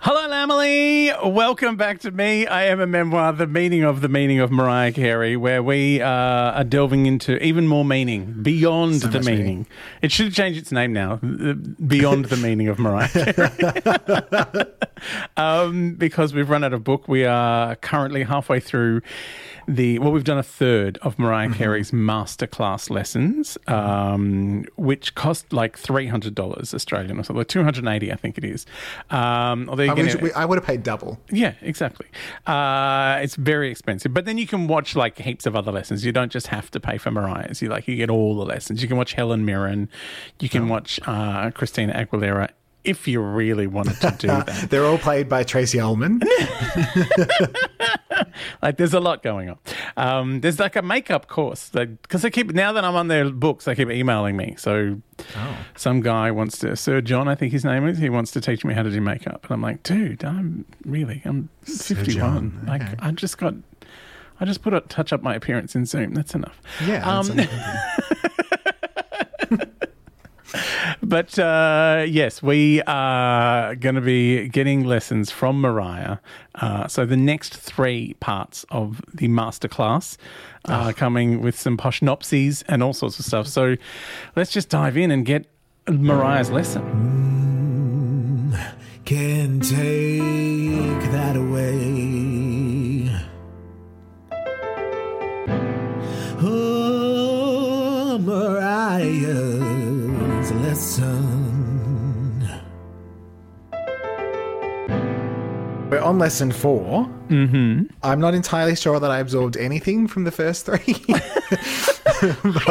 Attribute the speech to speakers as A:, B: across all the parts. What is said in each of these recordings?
A: Hello, Emily. Welcome back to me. I am a memoir, the meaning of the meaning of Mariah Carey, where we uh, are delving into even more meaning beyond the
B: much
A: meaning.
B: meaning.
A: It should change its name now, uh, beyond the meaning of Mariah Carey, um, because we've run out of book. We are currently halfway through the well, we've done a third of
B: Mm-hmm.
A: Mariah Carey's masterclass lessons, um, which cost like three hundred dollars Australian or something, two hundred and eighty, I think it is. Um, although you
B: I,
A: can-
B: wish- I would have paid double.
A: yeah, exactly. Uh, it's very expensive, but then you can watch like heaps of other lessons. You don't just have to pay for Mariah's. You like you get all the lessons. You can watch Helen Mirren, you can watch uh, Christina Aguilera if you really wanted to do that.
B: They're all played by Tracy Ullman.
A: like there's a lot going on. Um, there's like a makeup course because they keep now that I'm on their books, they keep emailing me. So
B: Oh.
A: some guy wants to Sir John, I think his name is. He wants to teach me how to do makeup, and I'm like, dude, I'm really I'm 51.
B: John,
A: Like
B: okay.
A: I just got. I just put a touch up my appearance in Zoom. That's enough.
B: Yeah. that's
A: Um,
B: amazing.
A: But uh, yes, we are going to be getting lessons from Mariah. Uh, so the next three parts of the masterclass
B: Ah.
A: are coming with some poshnopsies and all sorts of stuff. So let's just dive in and get Mariah's lesson.
C: can take that away. Oh, Mariah's lesson.
B: We're on lesson 4 Mm-hmm. I'm not entirely sure that I absorbed anything from the first three.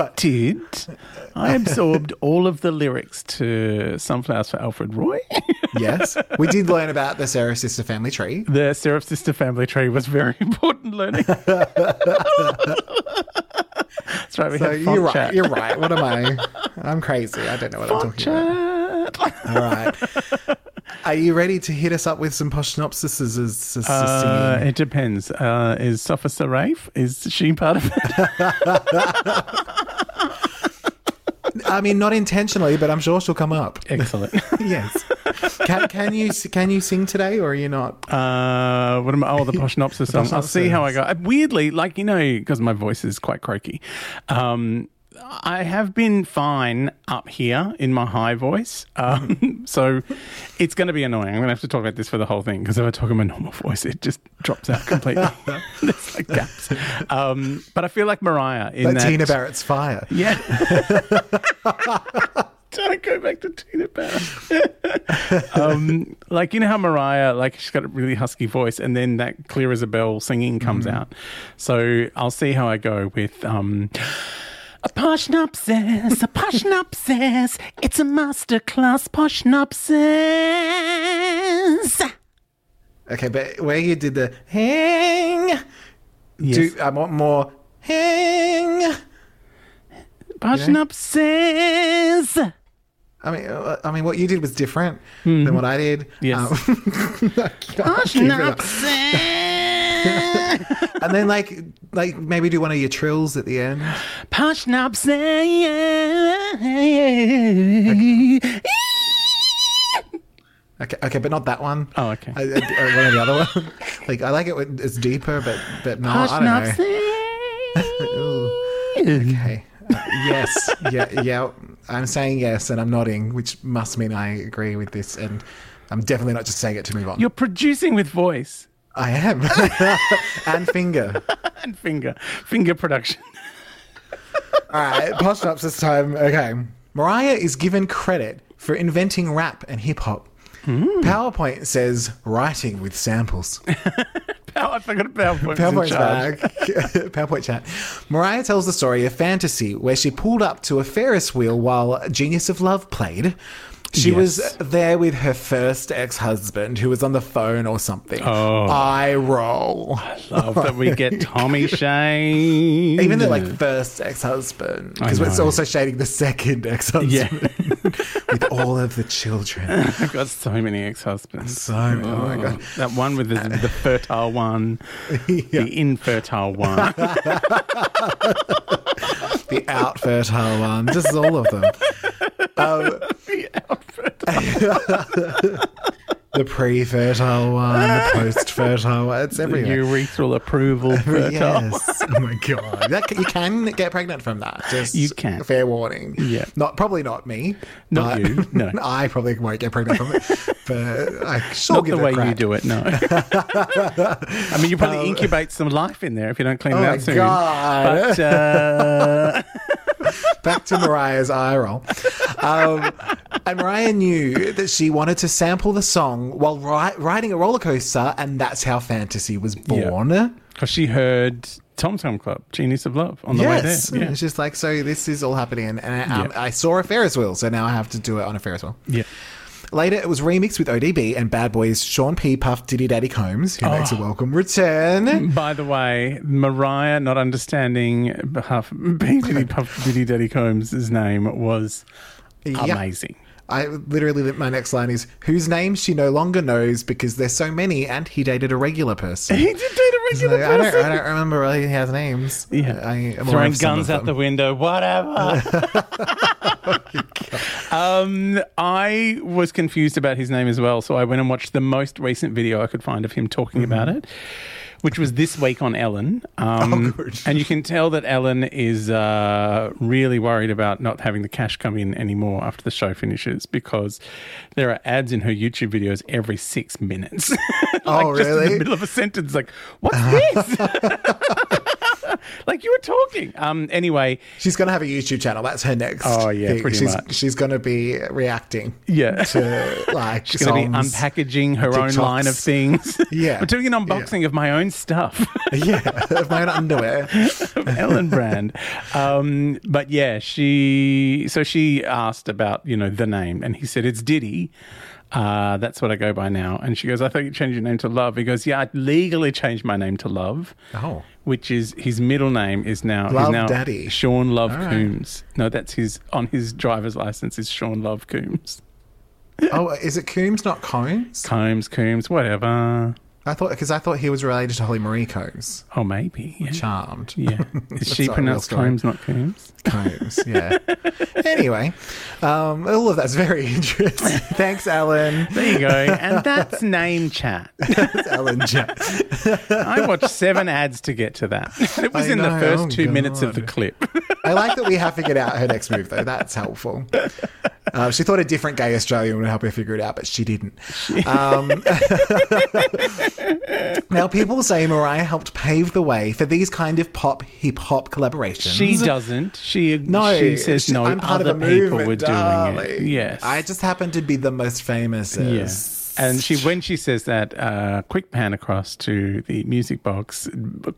A: Did I absorbed all of the lyrics to Sunflowers for Alfred Roy?
B: yes. We did learn about the Sarah sister family tree.
A: the Seraph Sister family tree was very important learning. That's right. We
B: So
A: had font
B: you're right.
A: chat.
B: You're right. What am I? I'm crazy. I don't know what I'm talking about. All right. Are you ready to hit us up with some poshnopsises?
A: Uh, it depends. Uh, is Sophia Sarafe? Is she part of it?
B: I mean, not intentionally, but I'm sure she'll come up.
A: Excellent.
B: Yes. Can, can you can you sing today, or are you not?
A: Uh, what am I? Oh, the Poshnopsis song. I'll see how I go. Uh, Weirdly, like, you know, because my voice is quite croaky, um, I have been fine up here in my high voice. Um, so it's going to be annoying. I'm going to have to talk about this for the whole thing because if I talk in my normal voice, it just drops out completely. There's like gaps. Um, but I feel like Mariah in
B: Like
A: that.
B: Tina Barrett's fire.
A: Yeah. Don't go back to Tina Turner. um, like you know how Mariah, like she's got a really husky voice, and then that clear as a bell singing comes
B: Mm.
A: out. So I'll see how I go with. Um, a poshnopsis, a poshnopsis, it's a masterclass poshnopsis.
B: Okay, but where you did the hang, do I want more hang?
A: Poshnopsis.
B: I mean, uh, I mean, what you did was different than what I did.
A: Mm-hmm. Yes.
B: Um, I can't keep it up.
A: Poshnopsis.
B: and then like, like maybe do one of your trills at the end.
A: Poshnop say
B: Okay, okay, but not that one.
A: Oh, okay.
B: I, I, uh, one of the other one. like I like it when it's deeper, but but no, I don't know.
A: Poshnop say
B: Okay. Uh, yes. Yeah. Yeah. I'm saying yes, and I'm nodding, which must mean I agree with this, and I'm definitely not just saying it to move on.
A: You're producing with voice
B: I am. and finger.
A: and finger. Finger production.
B: All right. Postnopsis time. Okay. Mariah is given credit for inventing rap and hip hop.
A: Hmm.
B: PowerPoint says writing with samples.
A: Power, I forgot about PowerPoint.
B: PowerPoint
A: PowerPoint's in charge.
B: chat. PowerPoint chat. Mariah tells the story of fantasy where she pulled up to a Ferris wheel while Genius of Love played. She
A: Yes.
B: was there with her first ex husband who was on the phone or something.
A: Oh.
B: I roll.
A: Love that we get Tommy Shane.
B: Even the like first ex husband, because it's
A: know.
B: also shading the second ex husband
A: Yeah.
B: with all of the children.
A: I've got so many ex-husbands.
B: So, oh my God.
A: That one with the, the fertile one, the infertile one.
B: The out fertile one, just all of them. Um, the pre fertile one, the post fertile one, it's everywhere.
A: Urethral approval fertile.
B: Yes. Oh my god. That, you can get pregnant from that. Just
A: You can.
B: Fair warning.
A: Yeah.
B: Not probably not me.
A: Not
B: but-
A: you, no.
B: I probably won't get pregnant from it. But I sure
A: Not
B: give it
A: the
B: a
A: way you
B: crack. Um,
A: do it, no. I mean, you probably incubate some life in there if you don't clean it
B: Oh my
A: out soon.
B: God.
A: But, uh,
B: Back to Mariah's eye roll. Um, and Mariah knew that she wanted to sample the song while ri- riding a roller coaster, and that's how fantasy was born.
A: Because she heard Tom Tom Club, Genius of Love, on the
B: Yes.
A: way there. Yeah.
B: It's just like, so this is all happening. And um,
A: Yeah.
B: I saw a Ferris wheel, so now I have to do it on a Ferris wheel.
A: Yeah.
B: Later, it was remixed with ODB and Bad Boys Sean P. Puff Diddy Daddy Combs, who makes a
A: Oh.
B: welcome return.
A: By the way, Mariah not understanding Puff, P. Diddy Puff Diddy Daddy Combs' name was amazing.
B: I literally, my next line is whose name she no longer knows because there's so many, and he dated a regular person.
A: He did date a
B: Like,
A: regular
B: I, don't,
A: person.
B: I don't remember really his names.
A: Yeah.
B: I, am aware
A: Throwing
B: of some
A: guns
B: of
A: out the
B: them.
A: window, whatever. um, I was confused about his name as well, so I went and watched the most recent video I could find of him talking about
B: Mm-hmm.
A: it, which was this week on Ellen. Um,
B: Oh, good.
A: and you can tell that Ellen is uh, really worried about not having the cash come in anymore after the show finishes because there are ads in her YouTube videos every six minutes. like
B: Oh,
A: Just in the
B: really?
A: middle of a sentence, like, what's this? like you were talking. Um. Anyway,
B: She's going to have a YouTube channel. That's her next.
A: Oh, yeah,
B: thing.
A: pretty
B: she's,
A: much.
B: She's going to be reacting
A: yeah.
B: to like
A: She's going to be
B: songs.
A: unpackaging her own
B: TikToks.
A: line of things.
B: Yeah.
A: We're doing an unboxing of my own stuff,
B: yeah, of my own underwear.
A: of Ellen Brand. Um, but yeah, she. So she asked about you know the name, and he said it's Diddy. Uh, that's what I go by now. And she goes, I thought you changed your name to Love. He goes, Yeah, I legally changed my name to Love.
B: Oh.
A: Which is his middle name is now he's
B: Love
A: now
B: Daddy.
A: Sean Love
B: All right.
A: Coombs. No, that's his on his driver's license is Sean Love Coombs.
B: Oh, is it Coombs, not Combs?
A: Combs, Coombs, whatever.
B: I thought because I thought he was related to Holly Marie Combs.
A: Oh, maybe. Yeah.
B: Charmed.
A: Yeah. Is she
B: not a real
A: pronounced
B: story.
A: Combs, not Coombs?
B: Combs. Yeah. anyway, um, all of that's very interesting. Thanks, Alan.
A: There you go. And that's name chat.
B: That's Alan Jack.
A: I watched seven ads to get to that. It was
B: I
A: in the
B: know.
A: first
B: Oh,
A: two minutes of the
B: God.
A: clip.
B: I like that we have figured out her next move, though. That's helpful. Uh, she thought a different gay Australian would help her figure it out, but she didn't. Um, now, people say Mariah helped pave the way for these kind of pop hip hop collaborations.
A: She doesn't. She
B: No,
A: she says
B: she-
A: no.
B: I'm part
A: other
B: of a
A: people
B: movement,
A: were doing it.
B: darling.
A: Yes.
B: I just happen to be the most famous.
A: Yeah. And she, when she says that, uh, quick pan across to the music box,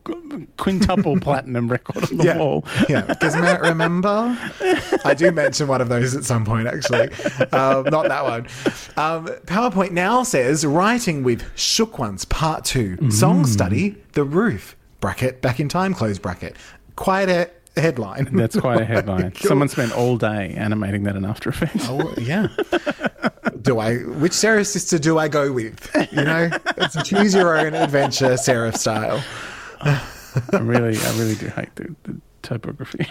A: quintuple platinum record on the
B: yeah.
A: wall.
B: yeah. Because Matt, remember? I do mention one of those at some point, actually. Um, not that one. Um, PowerPoint now says writing with Shook Ones, part two, song study, The Roof, bracket, back in time, close bracket. Quite a headline.
A: That's quite a headline. Someone spent all day animating that in After Effects.
B: Oh, yeah. Do I? Which Serif sister do I go with? You know, it's a choose your own adventure Serif style.
A: I really, I really do hate the, the typography.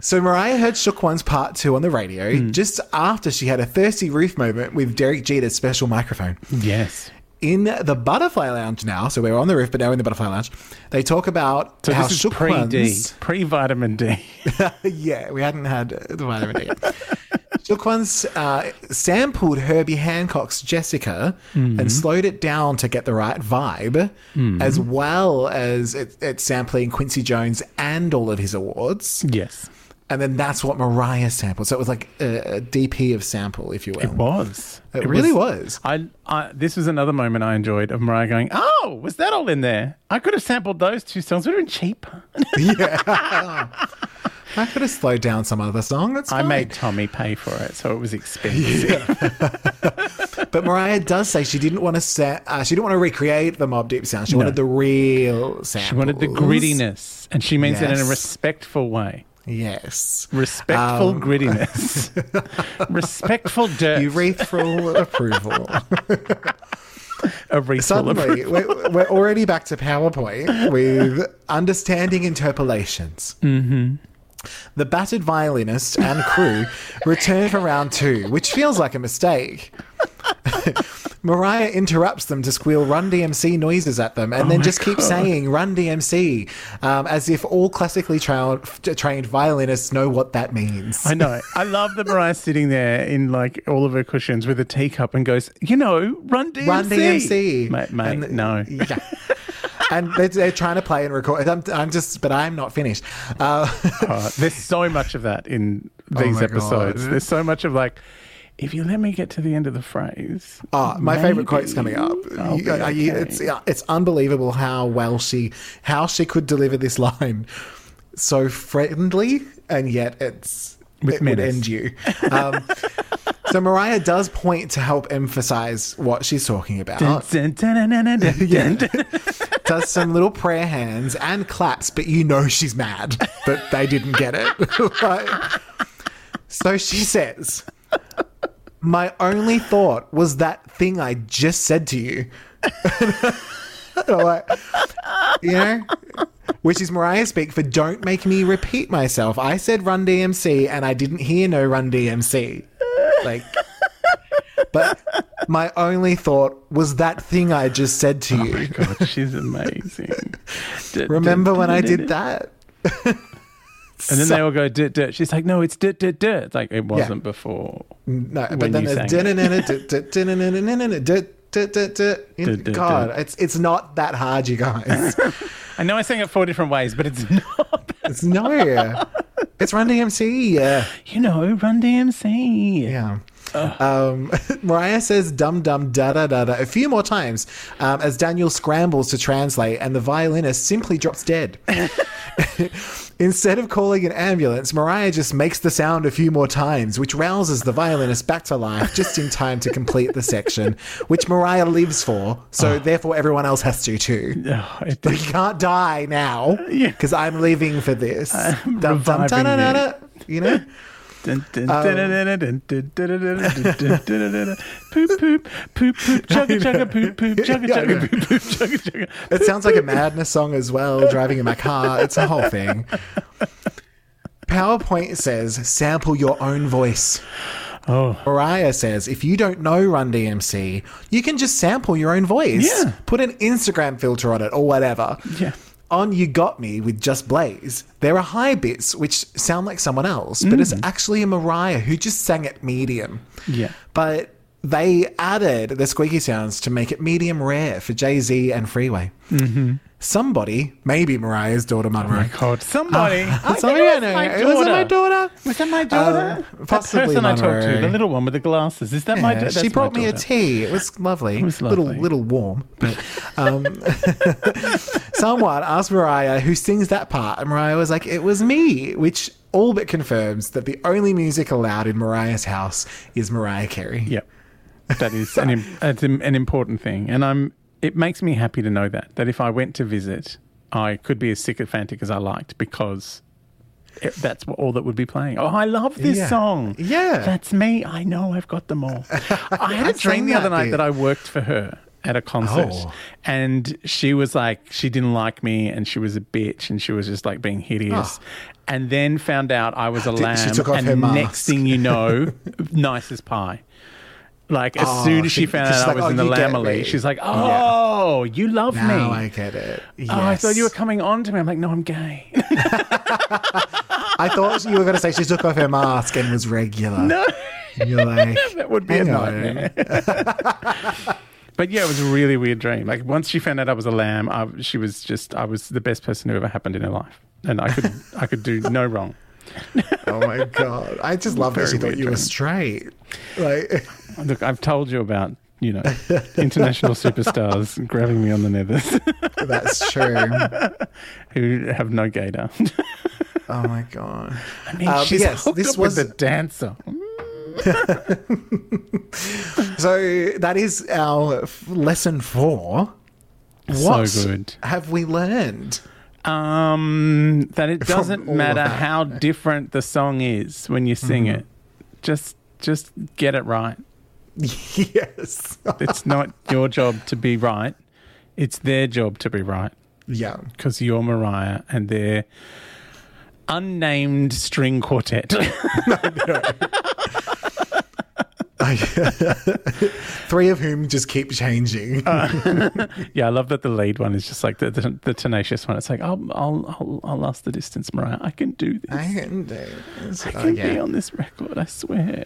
B: So Mariah heard Shook One's part two on the radio
A: Hmm.
B: just after she had a thirsty roof moment with Derek Jeter's special microphone.
A: yes.
B: In the Butterfly Lounge now, so we're on the roof, but now in the Butterfly Lounge, they talk about
A: So
B: how
A: this is
B: Shook
A: pre D,
B: One's.
A: pre vitamin D.
B: yeah, we hadn't had the vitamin D yet. Shook One's uh, sampled Herbie Hancock's Jessica
A: Hmm.
B: and slowed it down to get the right vibe, as well as it, it's sampling Quincy Jones and all of his awards.
A: yes,
B: And then that's what Mariah sampled. So it was like a, a DP of sample, if you will. It,
A: was.
B: really was.
A: I, I this was another moment I enjoyed of Mariah going, "Oh, was that all in there? I could have sampled those two songs. Would have been cheaper."
B: yeah. I could have slowed down some other song. That's
A: I
B: fine.
A: made Tommy pay for it, so it was expensive.
B: But Mariah does say she didn't want to set. Uh, she didn't want to recreate the Mob Deep sound. She wanted the real sound.
A: She wanted the grittiness, and she means it in a
B: Yes.
A: respectful way.
B: Yes.
A: Respectful
B: Um,
A: grittiness. respectful dirt.
B: Urethral approval.
A: a refill of-
B: Suddenly, we're, we're already back to PowerPoint with understanding interpolations. Mm-hmm. The battered violinist and crew return for round two, which feels like a mistake. Mariah interrupts them to squeal Run DMC noises at them and then
A: Oh my
B: just keeps
A: God.
B: saying Run DMC um, as if all classically tra- trained violinists know what that means.
A: I know. I love that Mariah's sitting there in like all of her cushions with a teacup and goes, you know, run DMC.
B: Run DMC.
A: Mate, mate
B: And-
A: no.
B: Yeah. and they're, they're trying to play and record. I'm, I'm just, but I'm not finished. Uh,
A: Uh, there's so much of that in these
B: Oh my
A: episodes.
B: God.
A: There's so much of like, if you let me get to the end of the phrase.
B: oh, my favorite quote's
A: maybe
B: coming up.
A: I'll
B: You-
A: be
B: uh, you-
A: Oh, okay."
B: It's yeah, it's unbelievable how well she how she could deliver this line so friendly, and yet it's
A: With
B: it would
A: menace.
B: end you. Um, so Mariah does point to help emphasize what she's talking about.
A: Dun, dun, dun, dun, dun, dun, dun, dun.
B: does some little prayer hands and claps, but you know she's mad that they didn't get it. Like- so she says, My only thought was that thing I just said to you. And I'm like, you know, which is Mariah speak for don't make me repeat myself. I said run DMC and I didn't hear no run DMC. Like, but my only thought was that thing I just said to you.
A: Oh God, she's amazing. Dun,
B: Remember
A: dun,
B: when
A: dun,
B: I
A: dun, dun.
B: did that?
A: And then they all go, dirt, dirt. She's like, no, it's dirt, dirt, dirt. It's like, it wasn't before.
B: No,
A: when
B: but then
A: you
B: there's
A: sang it.
B: da-na-na-na, da- da- da-na-na-na-na, da- da- da- da-
A: Da- da-
B: God,
A: da.
B: it's it's not that hard, you guys.
A: I know I sang it four different ways, but it's not.
B: It's no, it's Run DMC. Yeah,
A: you know, Run DMC.
B: yeah. Um, Mariah says "dum dum da da da da" a few more times um, as Daniel scrambles to translate, and the violinist simply drops dead. Instead of calling an ambulance, Mariah just makes the sound a few more times, which rouses the violinist back to life just in time to complete the section, which Mariah lives for, so
A: Ah.
B: therefore everyone else has to too.
A: Oh, it
B: You can't die now
A: Yeah.
B: because I'm living for this. Dum, dum,
A: reviving
B: da-da-da-da, you know?
A: Dun, dun,
B: Oh.
A: dun, dun, dun, dun, dun, dun, dun, dun, dun, dun, dun, dun. Poop, poop, poop, poop, chugga, chugga, poop, poop, chugga,
B: Yeah, I know.
A: chugga, poop, poop, chugga, chugga.
B: It sounds like a madness song as well, driving in my car. It's a whole thing. PowerPoint says, sample your own voice.
A: Oh,
B: Mariah says, if you don't know Run DMC, you can just sample your own voice.
A: Yeah.
B: Put an Instagram filter on it or whatever.
A: Yeah.
B: On You Got Me with Just Blaze, there are high bits which sound like someone else, but it's actually a Mariah who just sang it medium.
A: yeah.
B: But they added the squeaky sounds to make it medium rare for Jay Z and Freeway. Mm-hmm. Somebody, maybe Mariah's daughter, Munro.
A: God, somebody. I think
B: Somebody Ah, I know.
A: my
B: It was my daughter. Uh,
A: Was that my daughter? That
B: possibly
A: person I talked to,
B: Monterey.
A: the little one with the glasses. Is that my
B: Yeah,
A: daughter?
B: she brought me a tea. It was lovely. It
A: was lovely.
B: Little, little warm. But um, someone asked Mariah who sings that part, and Mariah was like, "It was me," which all but confirms that the only music allowed in Mariah's house is Mariah Carey.
A: Yep. That is an, im- that's im- an important thing. And I'm, it makes me happy to know that, that if I went to visit, I could be as sycophantic as I liked because it, that's what, all that would be playing. Oh, I love this
B: Yeah.
A: song.
B: Yeah.
A: That's me. I know I've got them all. I had
B: I
A: a dream
B: sang
A: the other
B: that
A: night
B: bit.
A: that I worked for her at a concert
B: Oh.
A: and she was like, she didn't like me and she was a bitch and she was just like being hideous. And then found out I was a lamb.
B: Oh. took off
A: and
B: her
A: next
B: mask.
A: thing you know, nice as pie. Like as
B: Oh,
A: soon as she,
B: she-
A: found
B: she's
A: out I
B: like,
A: was
B: "Oh,
A: in the
B: you get
A: Lamely,
B: me."
A: she's like, "Oh, you love
B: Now
A: me."
B: I get it. Yes.
A: Oh, I thought you were coming on to me. I'm like, "No, I'm gay."
B: I thought you were going to say she took off her mask and was regular. No. You're like,
A: that would be a
B: Hang on.
A: nightmare. but yeah, it was a really weird dream. Like once she found out I was a lamb, I, she was just I was the best person who ever happened in her life, and I could I could do no wrong.
B: oh my God. I just love that
A: Very
B: she thought
A: weird
B: you were
A: dream.
B: straight. Like,
A: Look, I've told you about you know international superstars grabbing me on the nethers
B: that's true.
A: who have no gaydar.
B: Oh my god.
A: I mean,
B: Um,
A: she's
B: yes,
A: hooked
B: this
A: up with
B: was-
A: the dancer.
B: So that is our f- lesson four. What
A: So good.
B: have we learned?
A: Um, that it
B: From
A: doesn't
B: all of
A: matter
B: that. Mm-hmm.
A: how different the song is when you sing it. Just, just get it right.
B: yes.
A: It's not your job to be right. It's their job to be right
B: yeah.
A: because you're Mariah and they're unnamed string quartet.
B: Three of whom just keep changing.
A: yeah, I love that the lead one is just like the the, the tenacious one. It's like I'll, I'll I'll I'll last the distance, Mariah. I can do this.
B: I can do this.
A: I
B: Oh,
A: can be
B: yeah.
A: on this record. I swear.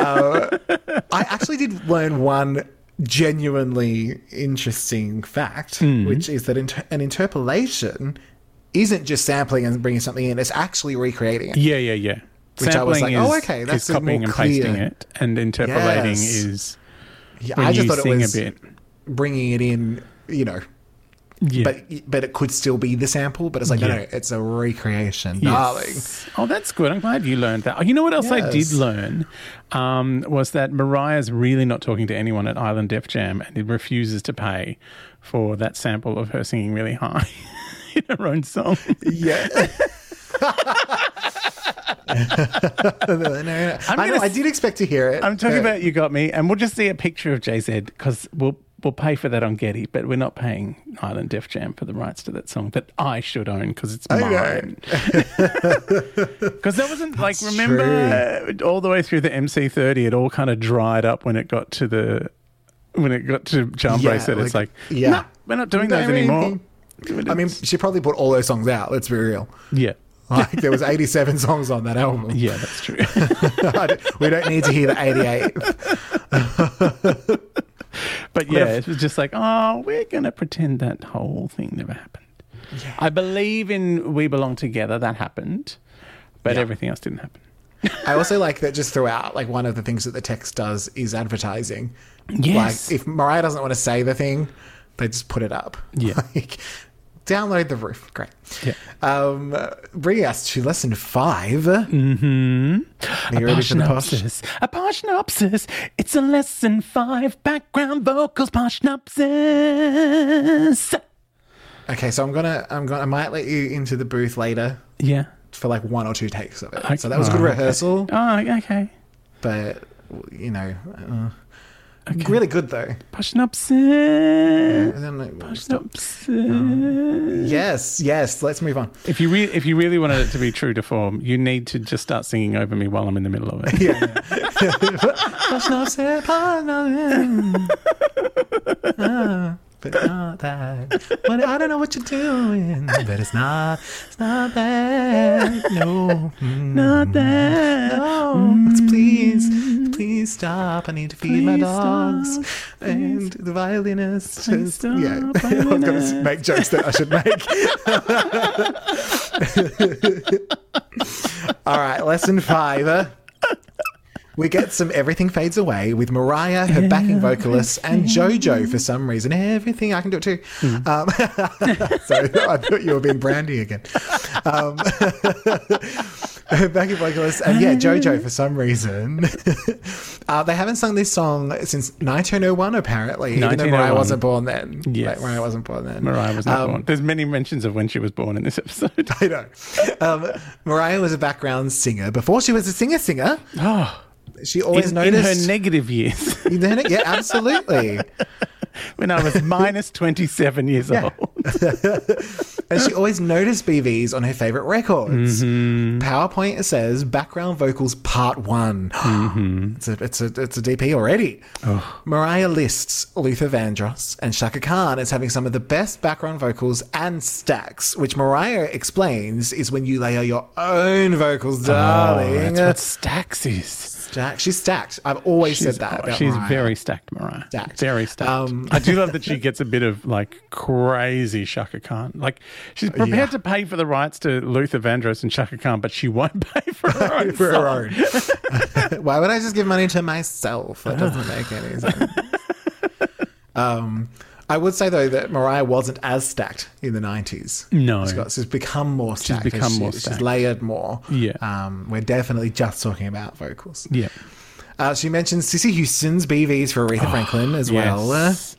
B: I actually did learn one genuinely interesting fact,
A: Hmm.
B: which is that inter- an interpolation isn't just sampling and bringing something in; it's actually recreating it.
A: Yeah, yeah, yeah.
B: Which I was like, oh, okay, that's
A: is copying
B: more
A: and pasting
B: clear.
A: it and interpolating
B: Yes.
A: is
B: Yeah,
A: when
B: I just
A: you
B: thought it
A: sing
B: was
A: a bit.
B: bringing it in, you know.
A: Yeah.
B: But but it could still be the sample. But it's like no,
A: Yeah.
B: no, it's a recreation,
A: Yes.
B: darling.
A: Oh, that's good. I'm glad you learned that. Oh, You know what else I did
B: Yes.
A: learn um, was that Mariah's really not talking to anyone at Island Def Jam and it refuses to pay for that sample of her singing really high in her own song.
B: Yeah. No, no, no. I know.
A: gonna
B: I
A: s-
B: did expect to hear it.
A: I'm talking
B: but-
A: about You Got Me, and we'll just see a picture of JZ because we'll. We'll pay for that on Getty, but we're not paying Island Def Jam for the rights to that song that I should own because it's
B: know.
A: mine. Because that wasn't like remember uh, all the way through the MC30, it all kind of dried up when it got to the when it got to Charm
B: Yeah,
A: Bracelet. it's like,
B: like- yeah.
A: "Nah, we're not doing
B: No,
A: those
B: I mean-
A: anymore.
B: I mean, she probably put all those songs out. Let's be real.
A: yeah,
B: Like there was 87 songs on that album.
A: yeah, that's true.
B: we don't need to hear the 88.
A: but yeah, it was just like, oh, we're gonna pretend that whole thing never happened. I believe in We Belong Together. That happened, but everything else didn't happen.
B: I also like that just throughout, like one of the things that the text does is advertising.
A: Yes.
B: Like if Mariah doesn't want to say the thing, they just put it up.
A: Yeah.
B: Like, download the roof. Great.
A: Yeah.
B: Um, bringing us to lesson five. Mm-hmm. The Eurovision Posh.
A: Parshnopsis. Hmm? A parshnopsis. It's a lesson five. Background vocals. Parshnopsis.
B: Okay, so I'm gonna, I'm gonna, I might let you into the booth later
A: Yeah.
B: for like one or two takes of it.
A: Okay.
B: So that was a good
A: Oh, okay.
B: rehearsal.
A: Oh, okay.
B: but you know, uh, really good though.
A: Parshnopsis.
B: And then, like, Um,
A: Parshnopsis.
B: yes, yes. Let's move on.
A: If you re- if you really wanted it to be true to form, you need to just start singing over me while I'm in the middle of it.
B: Yeah. Ah, But not that. But I don't know what you're doing. But it's not. It's not that. No. Mm.
A: Not that.
B: No. It's Oh, please, please stop. I need to feed my
A: Mm. Please
B: dogs
A: stop.
B: and the violinist.
A: Please
B: has- yeah,
A: stop,
B: I was going to
A: violinist.
B: make jokes that I should make. All right, lesson five. We get some Everything Fades Away with Mariah, her backing vocalist, and JoJo for some reason. Everything, I can do it too.
A: Hmm.
B: Um, sorry, I thought you were being brandy again. Um, her backing vocalist, and yeah, JoJo for some reason. uh, they haven't sung this song since 1901, apparently, even though Mariah
A: 1901.
B: wasn't born then.
A: Yes.
B: Like, Mariah wasn't born then.
A: Mariah was not
B: Um,
A: born. There's many mentions of when she was born in this episode.
B: I know. Um, Mariah was a background singer before she was a singer singer.
A: Oh,
B: She always
A: in, in her
B: noticed.
A: negative years.
B: In her neck, yeah, absolutely.
A: when I was minus 27 years old.
B: and she always noticed BVs on her favorite records.
A: Mm-hmm.
B: PowerPoint says background vocals part one.
A: Mm-hmm.
B: it's, a, it's, a, it's a DP already. Mariah lists Luther Vandross and Shaka Khan as having some of the best background vocals and stacks, which Mariah explains is when you layer your own vocals, darling.
A: Oh, that's what Stax is.
B: Stacked. She's stacked. I've always
A: She's, oh,
B: said that. about
A: she's
B: Mariah.
A: very stacked, Mariah.
B: Stacked.
A: Very stacked.
B: Um,
A: I do love that she gets a bit of like crazy Shaka Khan. Like she's prepared
B: Yeah.
A: to pay for the rights to Luther Vandross and Shaka Khan, but she won't pay for her own.
B: for her
A: song.
B: own. Why would I just give money to myself? That doesn't make any sense. Um, I would say though that Mariah wasn't as stacked in the nineties.
A: No.
B: she's, got, she's become more stacked. as
A: become more
B: She's
A: stacked.
B: layered more.
A: Yeah.
B: um, we're definitely just talking about vocals.
A: Yeah.
B: Uh, she mentions Sissy Houston's BVs for Aretha Franklin as well. Uh,
A: Ah, Yes.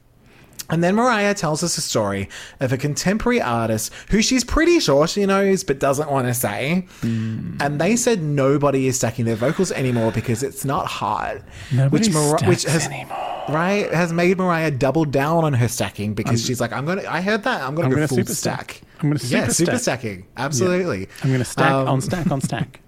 B: And then Mariah tells us a story of a contemporary artist who she's pretty sure she knows but doesn't want to say.
A: Hmm.
B: And they said nobody is stacking their vocals anymore because it's not hard.
A: Nobody stacks
B: has,
A: anymore.
B: Right? Has made Mariah double down on her stacking because she's like, I'm going to, I heard that. I'm going to go
A: gonna
B: full
A: super
B: stack.
A: stack. I'm gonna
B: Yeah,
A: super
B: super
A: stack.
B: stacking. Absolutely.
A: I'm going to stack
B: Um,
A: on stack on stack.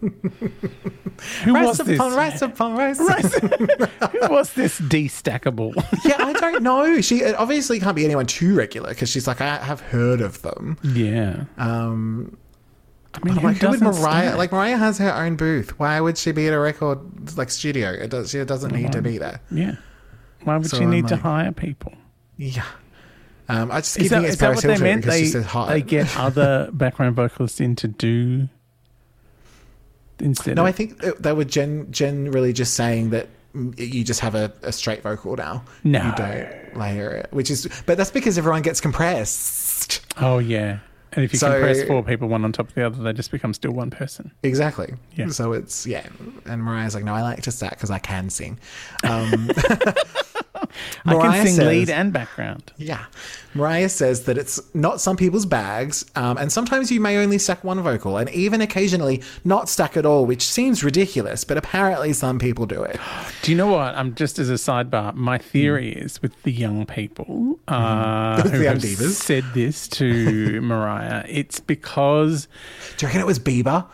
A: Who
B: Rice
A: was this?
B: upon rice upon rice.
A: Who was this destackable?
B: yeah, I don't know. She it obviously can't be anyone too regular because she's like, I have heard of them.
A: yeah.
B: Um,
A: I mean,
B: but
A: who
B: like, who would
A: doesn't
B: Mariah?
A: stack?
B: Like, Mariah has her own booth. Why would she be at a record like studio? It does, she doesn't need to be there.
A: yeah. Why would
B: So
A: you
B: I'm
A: need to
B: like-
A: hire people?
B: Yeah. Um, I just keep
A: Is that,
B: thinking
A: is
B: it's
A: that what
B: Paris
A: they
B: Hilton
A: meant?
B: because
A: They,
B: she says hot.
A: they get other background vocalists in to do instead
B: no,
A: of
B: I think that they were gen generally just saying that mm, you just have a, a straight vocal now.
A: No.
B: you don't layer it, which is but that's because everyone gets compressed.
A: Oh yeah. And if you
B: So-
A: compress four people one on top of the other, they just become still one person.
B: Exactly.
A: Yeah.
B: So it's yeah, and Mariah's like, no, I like to stack because I can sing. Um,
A: I
B: Mariah
A: can sing
B: says-
A: lead and background.
B: Yeah, Mariah says that it's not some people's bags, um, and sometimes you may only stack one vocal, and even occasionally not stack at all, which seems ridiculous. But apparently, some people do it.
A: Do you know what? I'm just as a sidebar. My theory is with the young people uh,
B: Those
A: who
B: young
A: have
B: divas.
A: said this to Mariah. It's because
B: Do you reckon it was Bieber?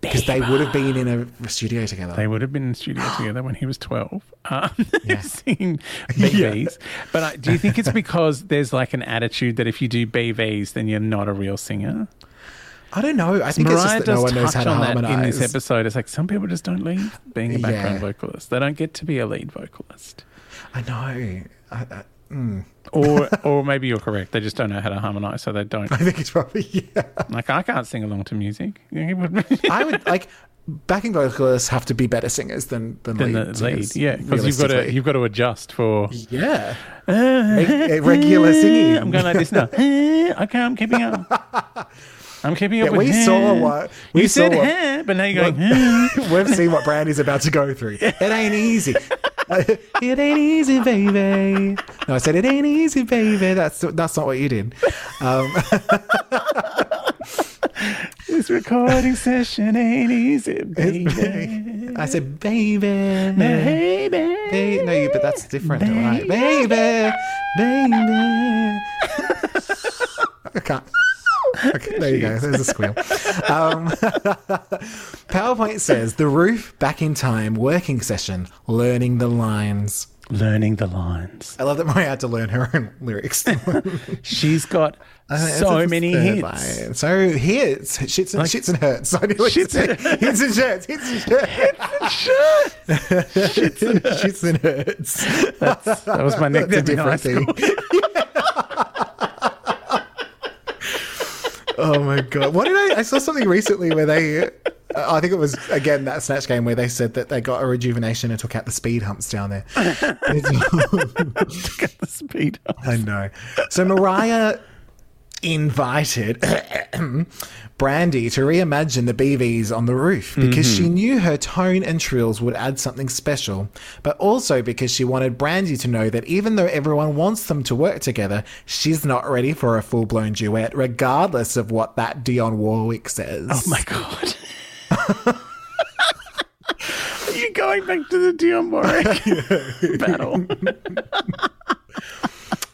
B: Because they would have been in a studio together.
A: they would have been in the studio together when he was 12 um,
B: Yeah.
A: singing BVs. But I, do you think it's because there's like an attitude that if you do BVs, then you're not a real singer?
B: I don't know. I think it's
A: Mariah
B: just that no
A: does
B: one knows how
A: touch
B: to
A: on that in
B: harmonize.
A: this episode. It's like some people just don't lead being a background
B: Yeah.
A: vocalist. They don't get to be a lead vocalist.
B: I know. I, I, mm.
A: Or or maybe you're correct. They just don't know how to harmonize, so they don't.
B: I think it's probably yeah.
A: Like I can't sing along to music.
B: I would like backing vocalists have to be better singers than than,
A: Then
B: lead
A: the
B: singers,
A: lead, yeah, because you've got to
B: realistically.
A: you've got to adjust for
B: yeah Reg- regular singing.
A: I'm going like this now. okay, I'm keeping up. I'm keeping up.
B: Yeah,
A: with
B: we saw
A: her.
B: what-
A: you
B: we saw
A: said,
B: what-
A: her, but now you're "Hmm." going.
B: We've seen what Brandy's about to go through. It ain't easy. it ain't easy, baby. No, I said it ain't easy, baby. That's that's not what you did. Um,
A: This recording session ain't easy, baby.
B: I said baby.
A: baby.
B: Ba- no, you, but that's different, right? Baby, baby. I can't. Okay, there you go. There's a squeal. Um, PowerPoint says the roof back in time working session, learning the lines.
A: Learning the lines.
B: I love that Mariah had to learn her own lyrics.
A: She's got
B: Oh,
A: so many hits.
B: So hits, shits and shits and hurts. I nearly
A: Shits
B: said- hits and shirts, hits and shirts, shits and hurts.
A: That's, that was my neck.
B: That's a
A: That's
B: different thing. oh my god! What did I? I saw something recently where they. uh, I think it was again that snatch game where they said that they got a rejuvenation and took out the speed humps down there.
A: Get the speed Oh up.
B: I know. So Mariah invited Brandy to reimagine the BVs on the roof because she knew her tone and trills would add something special, but also because she wanted Brandy to know that even though everyone wants them to work together, she's not ready for a full blown duet, regardless of what that Dion Warwick says.
A: Oh my god. Are you going back to the Dion Warwick battle?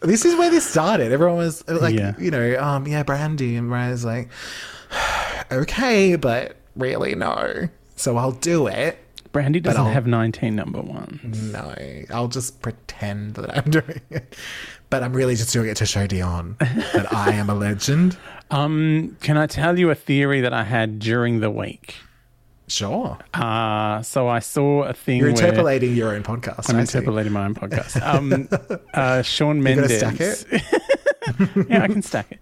B: this is where this started. Everyone was uh, like,
A: Yeah.
B: you know, um, yeah, Brandy, and Mariah's like, okay, but really no. So I'll do it.
A: Brandy doesn't
B: I'll-
A: have 19 number ones.
B: No, I'll just pretend that I'm doing it, but I'm really just doing it to show Dion that I am a legend.
A: Um, can I tell you a theory that I had during the week?
B: Sure,
A: Uh, so I saw a thing
B: you're
A: where
B: interpolating your own podcast.
A: I'm
B: I see.
A: interpolating my own podcast. Um, uh, Sean
B: gonna
A: Mendes.
B: stack it?
A: yeah, I can stack it.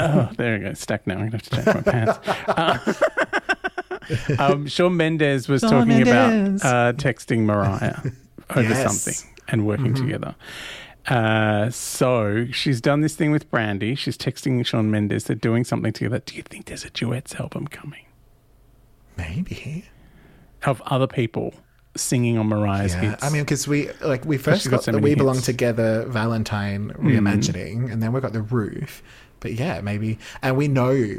A: Oh, there we go. Stack now. I'm gonna have to change my pants. Uh, um, Sean Mendes was
B: Shawn
A: talking
B: Mendes.
A: about uh, texting Mariah over
B: Yes. Mm-hmm.
A: something and working together. Uh, so she's done this thing with Brandy. She's texting Sean Mendes. They're doing something together. Do you think there's a duets album coming
B: Maybe.
A: of other people singing on Mariah's
B: Yeah.
A: hits?
B: I mean, because we like we first
A: she's
B: got,
A: got so
B: the
A: many
B: We Belong
A: hits. Mm.
B: Together Valentine reimagining, and then we got the roof. But yeah, maybe, and we know,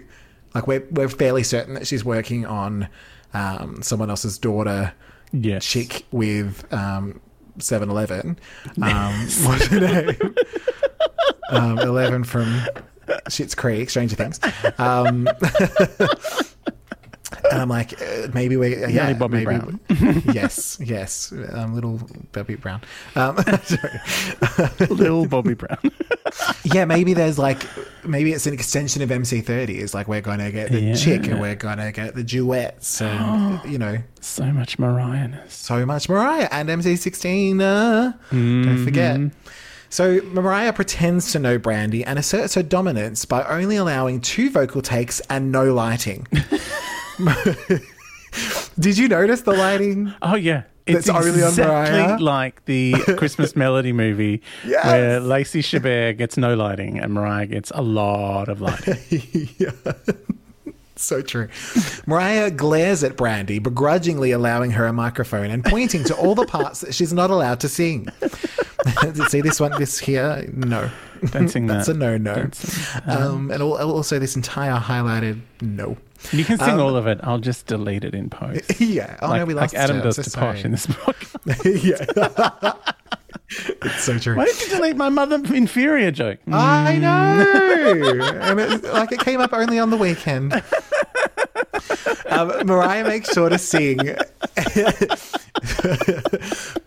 B: like we're we're fairly certain that she's working on um, someone else's daughter
A: yes.
B: chick with um, 7-Eleven. Um, what's her name? um, Eleven from Shit's Creek, Stranger Things. Um, and I'm like, uh, maybe we, uh, yeah,
A: Nanny Bobby
B: maybe
A: Brown.
B: we- yes, yes, um, little Bobby Brown. Um, sorry.
A: Little Bobby Brown.
B: yeah, maybe there's like, maybe it's an extension of MC30. It's like we're gonna get the
A: Yeah.
B: chick and we're gonna get the duets, and you know,
A: so much Mariahness.
B: so much Mariah and MC16. Uh, Don't forget. So Mariah pretends to know Brandy and asserts her dominance by only allowing two vocal takes and no lighting. Did you notice the lighting?
A: Oh yeah.
B: That's only on
A: exactly
B: Mariah?
A: like the Christmas Melody movie
B: Yes.
A: where Lacey Chabert gets no lighting and Mariah gets a lot of lighting.
B: yeah. So true. Mariah glares at Brandy, begrudgingly allowing her a microphone and pointing to all the parts that she's not allowed to sing. See this one, this here? No.
A: Don't sing
B: That's
A: that.
B: a no no. Um, and al- also, this entire highlighted no.
A: you can sing all of it. I'll just delete it in post.
B: yeah. Oh,
A: like,
B: no, Um, we
A: like
B: lost
A: Adam
B: it. I'm
A: does
B: so
A: to Posh in
B: sorry.
A: this podcast.
B: yeah. it's so true.
A: Why did you delete my mother inferior joke?
B: I know. and it, like it came up only on the weekend. Um, Mariah makes sure to sing.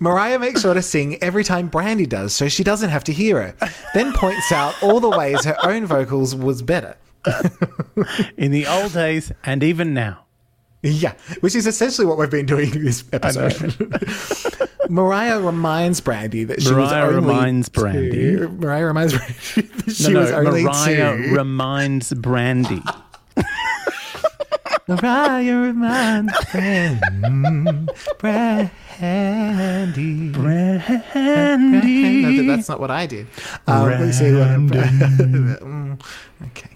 B: Mariah makes sure to sing every time Brandy does, so she doesn't have to hear it. Then points out all the ways her own vocals was better.
A: In the old days and even now.
B: Yeah, which is essentially what we've been doing this episode. Mariah reminds Brandy that she
A: Mariah
B: was only
A: reminds
B: two-
A: Brandy.
B: Mariah reminds Brandy that
A: No,
B: she
A: no,
B: was only
A: Mariah
B: two.
A: reminds Brandy.
B: Mariah reminds Brand- Brandy. No,
A: Brandy.
B: that- that's not what I did. Um, let's see what- Mm, okay.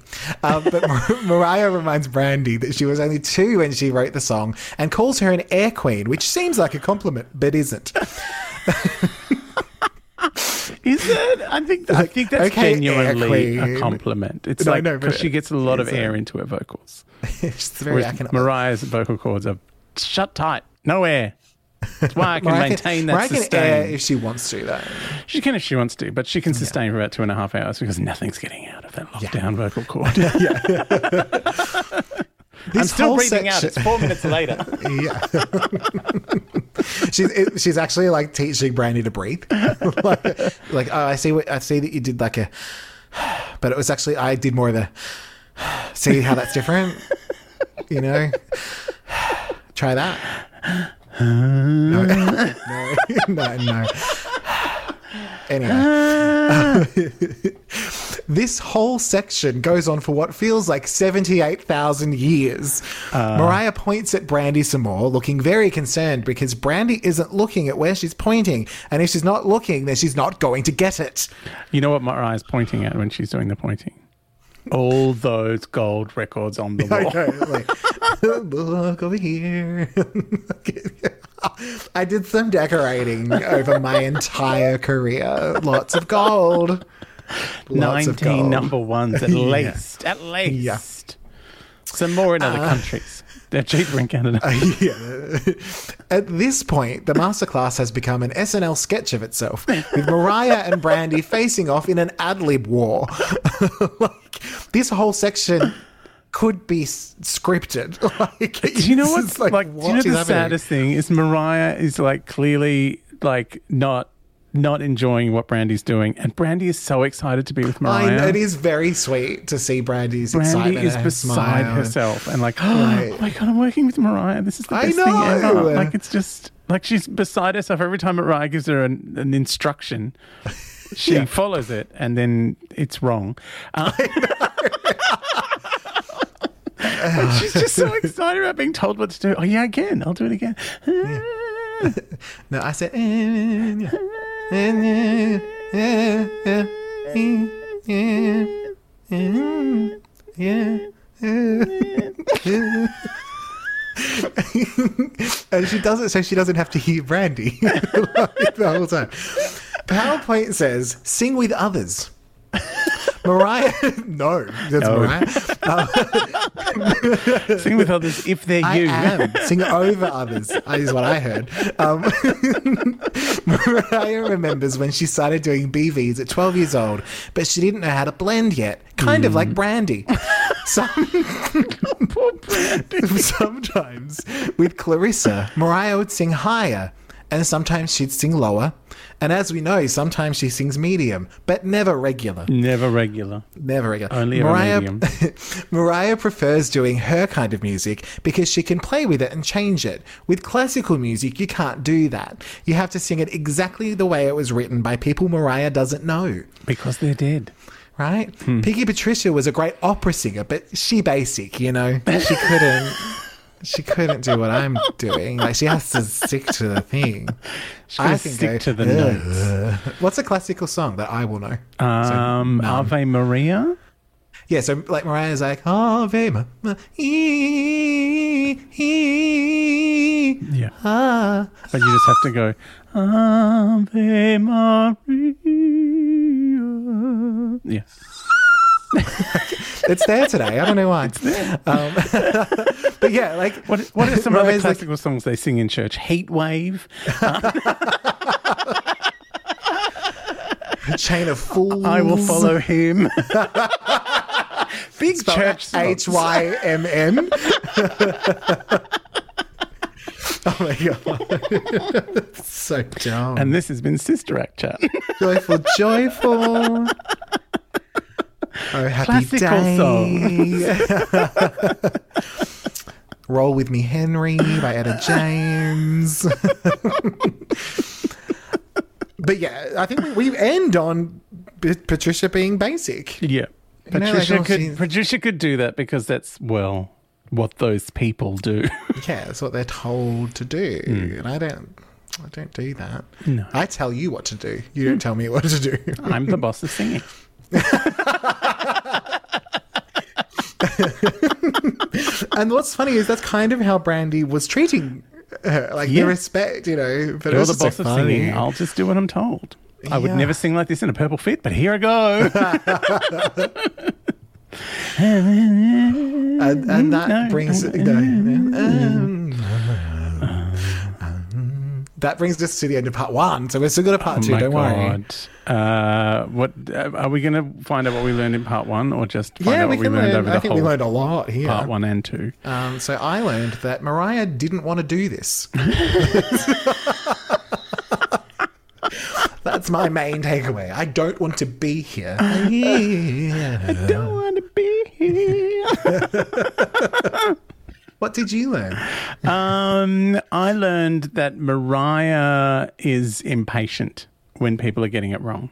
B: Um, but Mar- Mariah reminds Brandy that she was only two when she wrote the song and calls her an air queen, which seems like a compliment, but isn't.
A: Is it? I think I think that's
B: okay, air
A: genuinely
B: queen.
A: a compliment. It's
B: No,
A: like
B: no, but
A: because she gets a lot of
B: it's a-
A: air into her vocals.
B: She's very
A: Whereas
B: academic.
A: Mariah's vocal cords are shut tight, no air. That's why I can
B: Mariah
A: maintain
B: Mariah
A: that
B: can air
A: sustain.
B: if she wants to, though.
A: She can if she wants to, but she can sustain for about two and a half hours because nothing's getting out of that lockdown vocal cord. I'm
B: This
A: still
B: whole
A: breathing out.
B: section-
A: It's four minutes later.
B: yeah. she's it, she's actually like teaching Brandy to breathe. like, like, oh, I see what I see that you did like a, but it was actually I did more of a. See how that's different, you know. Try that. No, no, no, no. Anyway. This whole section goes on for what feels like 78,000 years. Mariah points at Brandy some more, looking very concerned because Brandy isn't looking at where she's pointing. And if she's not looking, then she's not going to get it.
A: You know what Mariah's pointing at when she's doing the pointing? All those gold records on the wall.
B: like, look over here. I did some decorating over my entire career. Lots of gold. Lots of
A: 19
B: gold.
A: number ones at least. At least. Some more in other
B: Uh,
A: countries. They're cheaper in Canada.
B: yeah. At this point, the masterclass has become an SNL sketch of itself, with Mariah and Brandy facing off in an ad lib war. like, this whole section could be s- scripted. Like,
A: do you know what's like, do you know the
B: saddest?
A: saddest thing is Mariah is like clearly like not not enjoying what Brandy's doing and Brandy is so excited to be with
B: I know,
A: Mariah.
B: it is very sweet to see Brandy's
A: Brandy
B: excitement.
A: is
B: and her
A: beside
B: smile.
A: herself and like, oh my god, I'm working with Mariah. This is the
B: I
A: best thing
B: know.
A: ever. Like it's just like she's beside herself every time Mariah gives her an, an instruction. She follows it and then it's wrong. Uh, and she's just so excited about being told what to do. Oh yeah, again, I'll do it again.
B: No, I said. "Eh, eh, eh, eh, eh, yeah, yeah, yeah, yeah, yeah, yeah, yeah. eh, and she does it so she doesn't have to hear Brandy like, the whole time. PowerPoint says, sing with others. Mariah, no, that's
A: No.
B: Mariah.
A: Sing with others if they're
B: I
A: you.
B: am. Sing over others, uh, is what I heard. Um, Mariah remembers when she started doing BVs at 12 years old, but she didn't know how to blend yet, kind of like Brandy. Some, sometimes with Clarissa, Mariah would sing higher, and sometimes she'd sing lower. And as we know, sometimes she sings medium, but never regular.
A: Never regular.
B: Never again.
A: Only ever medium.
B: Mariah prefers doing her kind of music because she can play with it and change it. With classical music, you can't do that. You have to sing it exactly the way it was written by people Mariah doesn't know.
A: Because they're dead.
B: Right?
A: Hmm.
B: Piggy Patricia was a great opera singer, but she basic, you know. She couldn't. She couldn't do what I'm doing. Like she has to stick to the thing. She
A: gotta stick to the
B: notes. What's a classical song that I will know? So,
A: Um, Ave Maria?
B: yeah, so like Mariah's like "Ah, Ave Ma- Ma- e- e-
A: Yeah.
B: ah.
A: But you just have to go, Ave Maria. Yeah.
B: It's there today. I don't know why. It's there. Um, but yeah, like
A: What, what are some other
B: Mariah's like-
A: classical songs they sing in church? Heat Wave.
B: a chain of fools.
A: I will follow him. Big church
B: H
A: songs.
B: Y M N. Oh my god! so dumb.
A: And this has been Sister Act Chat.
B: joyful, joyful. Oh, happy
A: Classical
B: day.
A: songs.
B: Roll with me, Henry by Etta James. but yeah, I think we, we end on B- Patricia being basic.
A: yeah.
B: You know, like,
A: Patricia
B: oh,
A: could
B: she's-
A: Patricia could do that because that's well what those people do.
B: Yeah, that's what they're told to do, and I don't. I don't do that.
A: Hmm. No. Hmm.
B: I tell you what to do. You don't tell me what to do.
A: I'm the boss of singing.
B: and what's funny is that's kind of how Brandy was treating her, like
A: Yeah.
B: the respect, you know. But it
A: You're
B: was
A: the
B: just so
A: boss of
B: funny.
A: singing. "Oh, I'll just do what I'm told. I would
B: Yeah.
A: never sing like this in a purple fit, but here I go.
B: and, and that
A: No.
B: brings you know, um, that brings us to the end of part one. So we're still going to part
A: Oh
B: two.
A: my
B: Don't worry.
A: God. Uh, what uh, are we going to find out what we learned in part one, or just find
B: Yeah,
A: out
B: we
A: what we
B: can
A: learned
B: learn.
A: over
B: I
A: the
B: think
A: whole
B: we learned a lot here.
A: part one and two?
B: Um, so I learned that Mariah didn't want to do this. That's my main takeaway. I don't want to be here. Yeah.
A: Don't want to be here.
B: What did you learn?
A: um, I learned that Mariah is impatient when people are getting it wrong,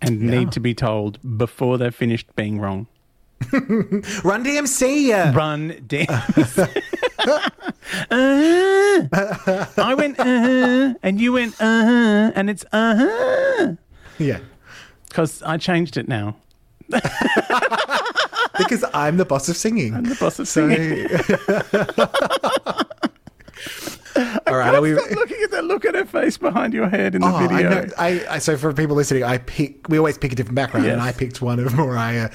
A: and need to be told before they've finished being wrong.
B: Run DMC. Yeah.
A: Run dance. Uh, I went uh, and you went uh, and it's uh
B: yeah.
A: because I changed it now.
B: Because I'm the boss of singing.
A: The boss of
B: So,
A: singing.
B: all right, are we?
A: Stop looking at that look at her face behind your head in the
B: Oh, I
A: video.
B: know. I, I so for people listening, I pick. We always pick a different background, and
A: Yes.
B: I picked one of Mariah,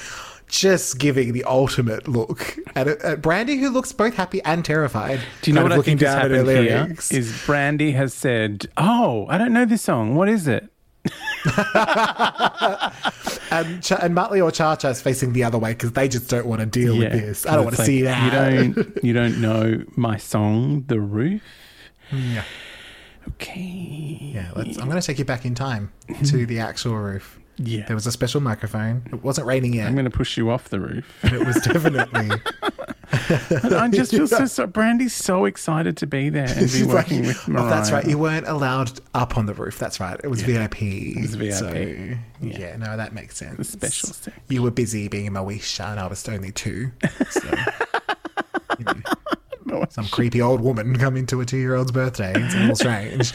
B: just giving the ultimate look at, at Brandy, who looks both happy and terrified.
A: Do you know
B: kind
A: what
B: of
A: I
B: looking
A: think has
B: down at her
A: happened here?
B: lyrics.
A: Is Brandy has said, "Oh, I don't know this song. What is it?"
B: And, Ch- and Muttley or Cha Cha's facing the other way because they just don't want to deal with this. I don't want
A: It's
B: to
A: like,
B: see that.
A: You don't. You don't know my song, "The Roof."
B: Yeah.
A: Okay.
B: Yeah, let's, I'm going to take you back in time to the actual roof.
A: Yeah.
B: There was a special microphone. It wasn't raining yet.
A: I'm going to push you off the roof.
B: it was definitely.
A: I just feel so, so. Brandy's so excited to be there and be
B: She's like,
A: working with Mariah.
B: "Oh, that's right. You weren't allowed up on the roof. That's right. It was VIP. It
A: was VIP.
B: So,
A: Yeah.
B: yeah. no, that makes sense.
A: special section.
B: You were busy being a Moesha, and I was only two. So, you know, some creepy old woman coming to a two year old's birthday. It's a little strange.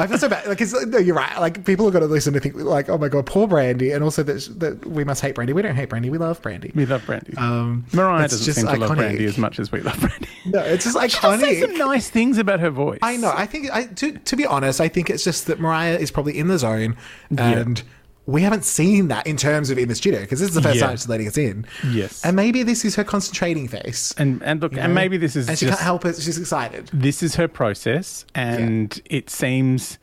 B: I feel so bad. Like, it's, no, you're right. Like, people are going to listen and think, like, oh my god, poor Brandy, and also that, sh- that we must hate Brandy. We don't hate Brandy. We love Brandy.
A: We love brandy.
B: Um,
A: Mariah
B: it's
A: doesn't
B: just
A: seem to love
B: iconic.
A: brandy as much as we love brandy.
B: No, it's just
A: She does say some
B: iconic.
A: nice things about her voice.
B: I know. I think I, to to be honest, I think it's just that Mariah is probably in the zone, and we haven't seen that in terms of in the studio because this is the first
A: Yeah.
B: time she's letting us in.
A: Yes.
B: and maybe this is her concentrating face.
A: And and look, and maybe this is
B: and she
A: just
B: can't help it. She's excited.
A: this is her process and it seems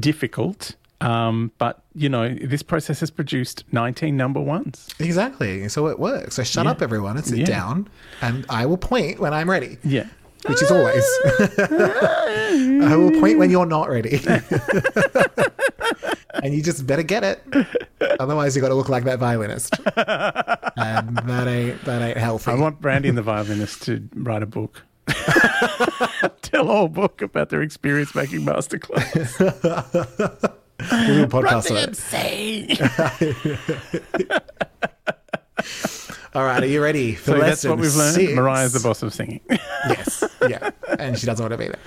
A: difficult um, but you know this process has produced 19 number ones
B: Exactly. So it works. So shut up, everyone, and sit
A: Yeah.
B: down, and I will point when I'm ready.
A: yeah
B: Which
A: Ah.
B: is always. I will point when you're not ready. and you just better get it. Otherwise, you got to look like that violinist. And that ain't, that ain't healthy.
A: i want brandy and the violinist to write a book tell all book about their experience making masterclass
B: We'll do a podcast on it.
A: insane.
B: All right, are you ready for
A: so
B: lesson
A: that's what we've learned
B: Six?
A: mariah's the boss of singing
B: Yes. Yeah. And she doesn't want to be there.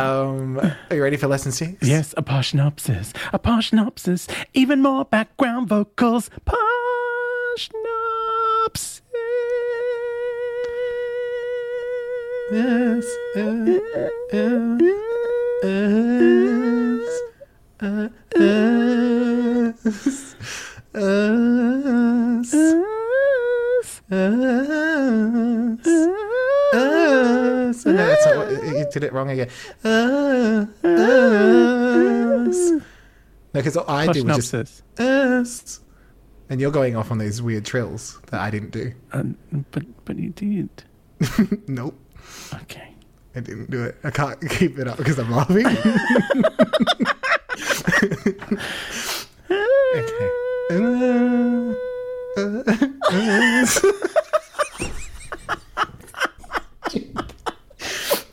B: Um, are you ready for lesson six?
A: yes a parsnopsis a parsnopsis even more background vocals parsnopsis
B: Yes. yes, yes, yes, yes, yes, yes. No, that's not what- you did it wrong again. Yes, yes. No, because I do was just
A: Parsnopsis.
B: yes, and you're going off on these weird trills that I didn't do.
A: Um, but but you did.
B: Nope.
A: Okay.
B: I didn't do it. I can't keep it up because I'm laughing. okay. Uh, uh, uh.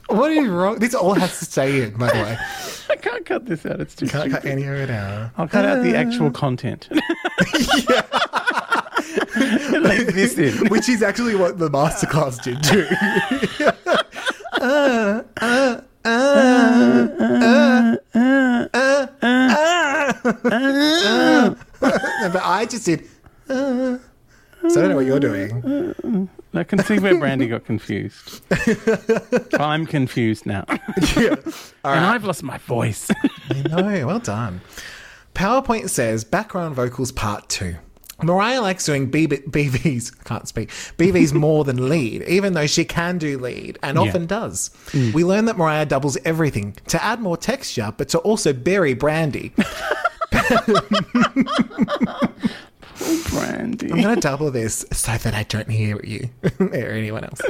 B: what is wrong? This all has to stay in, by the way.
A: I can't cut this out. It's too
B: Can't
A: stupid. Uh.
B: cut any of it out.
A: I'll cut out the actual content. Leave this in.
B: Which is actually what the masterclass did too. No, but I just did. uh. So I don't know what you're doing.
A: I can see where Brandy got confused. I'm confused now, and I've lost my voice.
B: No, well done. PowerPoint says background vocals part two. Mariah likes doing BB, BVs, I can't speak, BVs more than lead, even though she can do lead and often does. We learn that Mariah doubles everything to add more texture, but to also bury Brandy. I'm
A: Brandy.
B: going to double this so that I don't hear you or anyone else.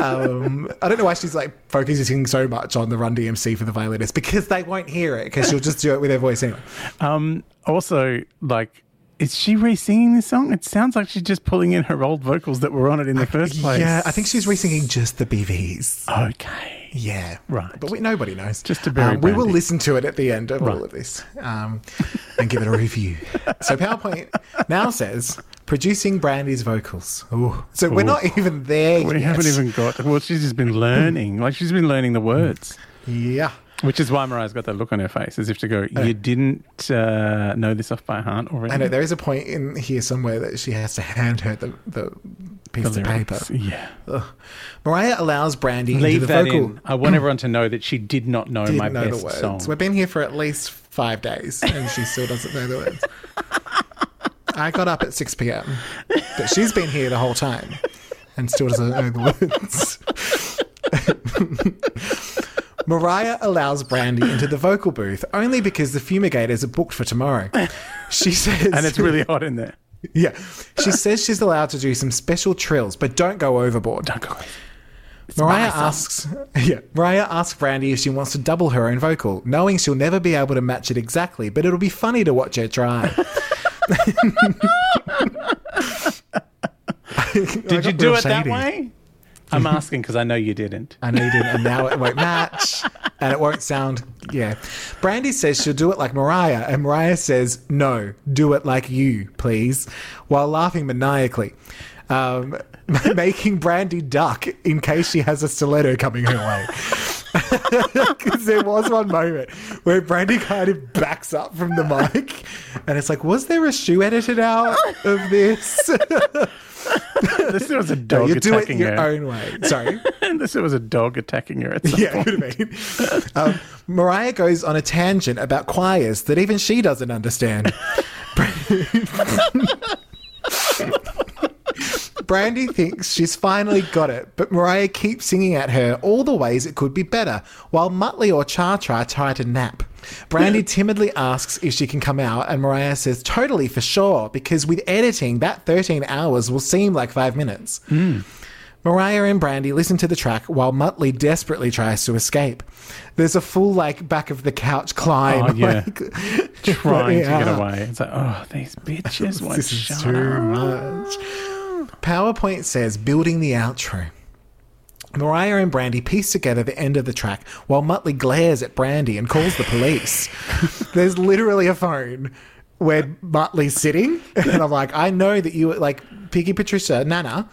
B: Um, I don't know why she's like focusing so much on the Run DMC for the violinist because they won't hear it because she'll just do it with her voice anyway.
A: Um. Also, like. Is she re-singing this song? It sounds like she's just pulling in her old vocals that were on it in the first place.
B: Yeah, I think she's re-singing just the BVs.
A: Okay.
B: Yeah,
A: Right.
B: But we, nobody knows.
A: Just to bury
B: Um, we will
A: Brandy.
B: listen to it at the end of all
A: Right.
B: of this um, and give it a review. so PowerPoint now says producing Brandy's vocals. Ooh. So we're not even there.
A: We haven't even got. Well, she's just been learning. Like she's been learning the words.
B: Yeah.
A: Which is why Mariah's got that look on her face, as if to go, "You didn't uh, know this off by heart already."
B: I know there is a point in here somewhere that she has to hand her the, the piece
A: The
B: of
A: lyrics.
B: paper.
A: Yeah,
B: Ugh. Mariah allows Brandy
A: leave
B: into the
A: that
B: vocal.
A: in. I want everyone to know that she did not know
B: Didn't
A: my
B: know
A: best
B: the words.
A: song.
B: We've been here for at least five days, and she still doesn't know the words. I got up at six p.m., but she's been here the whole time, and still doesn't know the words. Mariah allows Brandy into the vocal booth only because the fumigators are booked for tomorrow. She says,
A: And it's really hot in there.
B: yeah, she says she's allowed to do some special trills, but don't go overboard.
A: Don't go.
B: Mariah asks, yeah, Mariah asks Brandy if she wants to double her own vocal, knowing she'll never be able to match it exactly, but it'll be funny to watch her try.
A: Did you do it that way? I'm asking because I know you didn't.
B: I know you didn't, and now it won't match, and it won't sound. Yeah, Brandy says she'll do it like Mariah, and Mariah says, "No, do it like you, please," while laughing maniacally, um, making Brandy duck in case she has a stiletto coming her way. Because there was one moment where Brandy kind of backs up from the mic, and it's like, was there a shoe edited out of this?
A: This was a dog
B: you do it
A: attacking
B: your
A: her.
B: own way. Sorry.
A: this was a dog attacking her. At some
B: Yeah, it
A: point.
B: could have been. Um, Mariah goes on a tangent about choirs that even she doesn't understand. Brandy thinks she's finally got it, but Mariah keeps singing at her all the ways it could be better, while Muttley or Cha Cha try to nap. Brandy timidly asks if she can come out, and Mariah says, totally for sure, because with editing, that 13 hours will seem like five minutes. Mariah and Brandy listen to the track while Muttley desperately tries to escape. There's a full, like, back of the couch climb.
A: Oh, yeah.
B: like-
A: trying to get
B: Yeah.
A: away. It's like, oh, these bitches won't
B: This
A: shut
B: is
A: up.
B: too much. PowerPoint says building the outro. Mariah and Brandy piece together the end of the track while Muttley glares at Brandy and calls the police. There's literally a phone where Muttley's sitting, and I'm like, I know that you were like Piggy Patricia, Nana,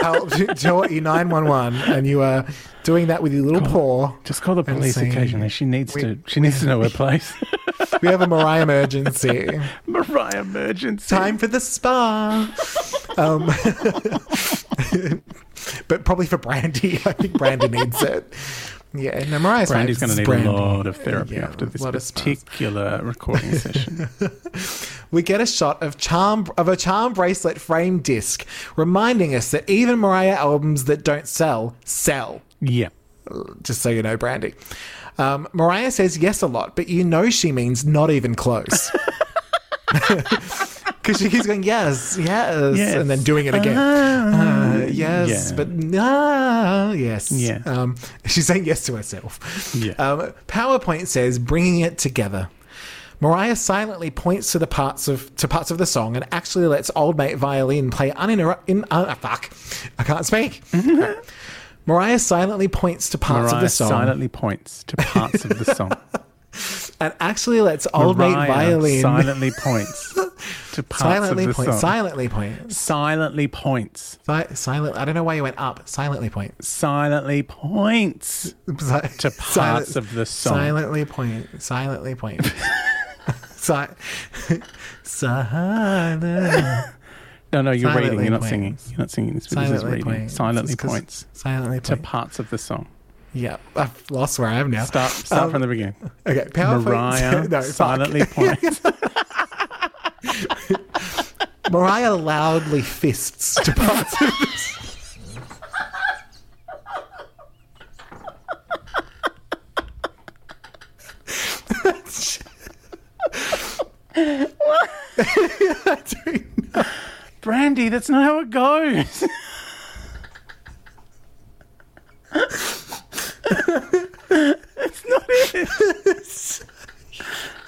B: helped taught you 911, and you are doing that with your little paw.
A: Just call the
B: and
A: police
B: saying,
A: occasionally. She needs
B: We-
A: to. She needs to know her place.
B: We have a Mariah emergency.
A: Mariah emergency.
B: time for the spa. um, but probably for Brandy. I think Brandy needs it. Yeah, no, Mariah's fine.
A: Brandy's going
B: It's
A: to need
B: Brandy.
A: a lot of therapy
B: Yeah,
A: after this
B: a lot of spas.
A: particular recording session.
B: We get a shot of charm of a charm bracelet frame disc, reminding us that even Mariah albums that don't sell sell.
A: yeah.
B: Just so you know, Brandy. Um, Mariah says yes a lot, but you know she means not even close. Because she keeps going yes, yes,
A: Yes.
B: and then doing it again.
A: Ah.
B: Uh, yes,
A: Yeah.
B: but ah, yes.
A: Yeah.
B: Um, she's saying yes to herself.
A: Yeah.
B: Um, PowerPoint says bringing it together. Mariah silently points to the parts of to parts of the song and actually lets old mate violin play uninterrupted. In, uh, fuck, I can't speak. Mariah silently points to parts of
A: Mariah
B: the song
A: silently points to parts of the song.
B: and actually lets old mate
A: Mariah
B: violin
A: silently points to parts
B: silently
A: of the
B: point.
A: song.
B: Silently point.
A: silently points.
B: Si- silent. I don't know why you went up. Silently point.
A: Silently points.
B: to
A: parts of the song.
B: Silently point. Silently point. si- silent.
A: No, no, you're
B: Silently
A: reading. You're not
B: points.
A: singing. You're not singing this. But this is
B: Silently
A: reading.
B: point.
A: Silently
B: It's 'cause-
A: points
B: Silently
A: to
B: point.
A: parts of the song.
B: yeah, I've lost where I am now.
A: Start. Start from the beginning.
B: Okay, PowerPoint.
A: Mariah
B: no, fuck.
A: silently points.
B: Mariah loudly fists to parts of the
A: Brandy, that's not how it goes. it's not it.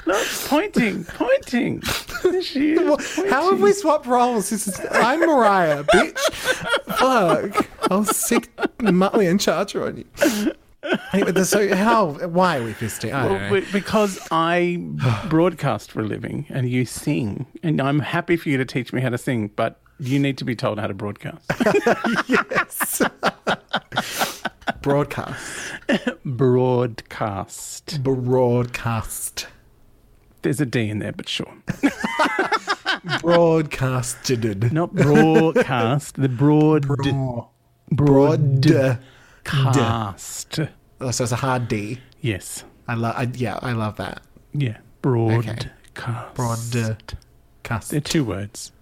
A: Not pointing, pointing. There she is,
B: How have
A: pointing.
B: we swapped roles? This is, I'm Mariah, bitch. Fuck. I'll sick Muttley and Charger on you. Anyway, the- so how? Why are we fisting? I don't
A: Well,
B: know.
A: be- because I broadcast for a living and you sing, and I'm happy for you to teach me how to sing, but you need to be told how to broadcast.
B: yes. Broadcast.
A: broadcast.
B: Broadcast.
A: There's a D in there, but sure.
B: Broadcasted.
A: Not broadcast, the broad.
B: Broad.
A: Cast.
B: Oh, so it's a hard D.
A: Yes.
B: I love. I, yeah, I love that.
A: Yeah. Broadcast. cast.
B: Broadcast.
A: They're two words.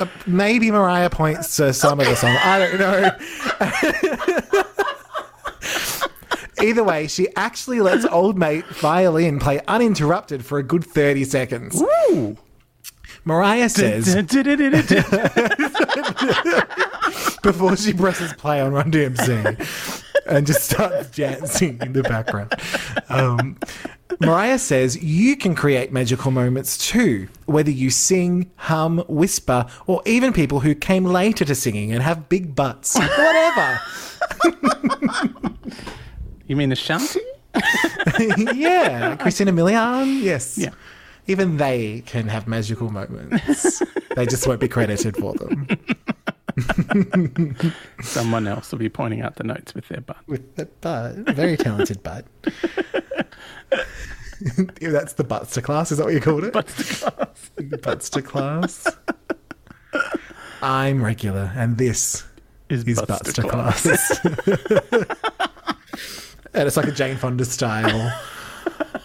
B: Uh, Maybe Mariah points to some of the song. I don't know. Either way, she actually lets old mate violin play uninterrupted for a good 30 seconds.
A: Woo!
B: Mariah says
A: Du-du-du-du-du.
B: before she presses play on Run DMC and just starts dancing in the background. Um, Mariah says you can create magical moments too, whether you sing, hum, whisper, or even people who came later to singing and have big butts. Whatever.
A: You mean the shouting?
B: yeah, Christina Milian. Yes.
A: Yeah.
B: Even they can have magical moments. they just won't be credited for them.
A: Someone else will be pointing out the notes with their butt.
D: with the butt. Very talented butt.
B: Yeah, That's the butts to class. Is that what you called it?
A: Butts to class.
B: butts to class. I'm regular, and this
A: Is
B: is
A: butts
B: butts
A: to
B: to class. and it's like a Jane Fonda style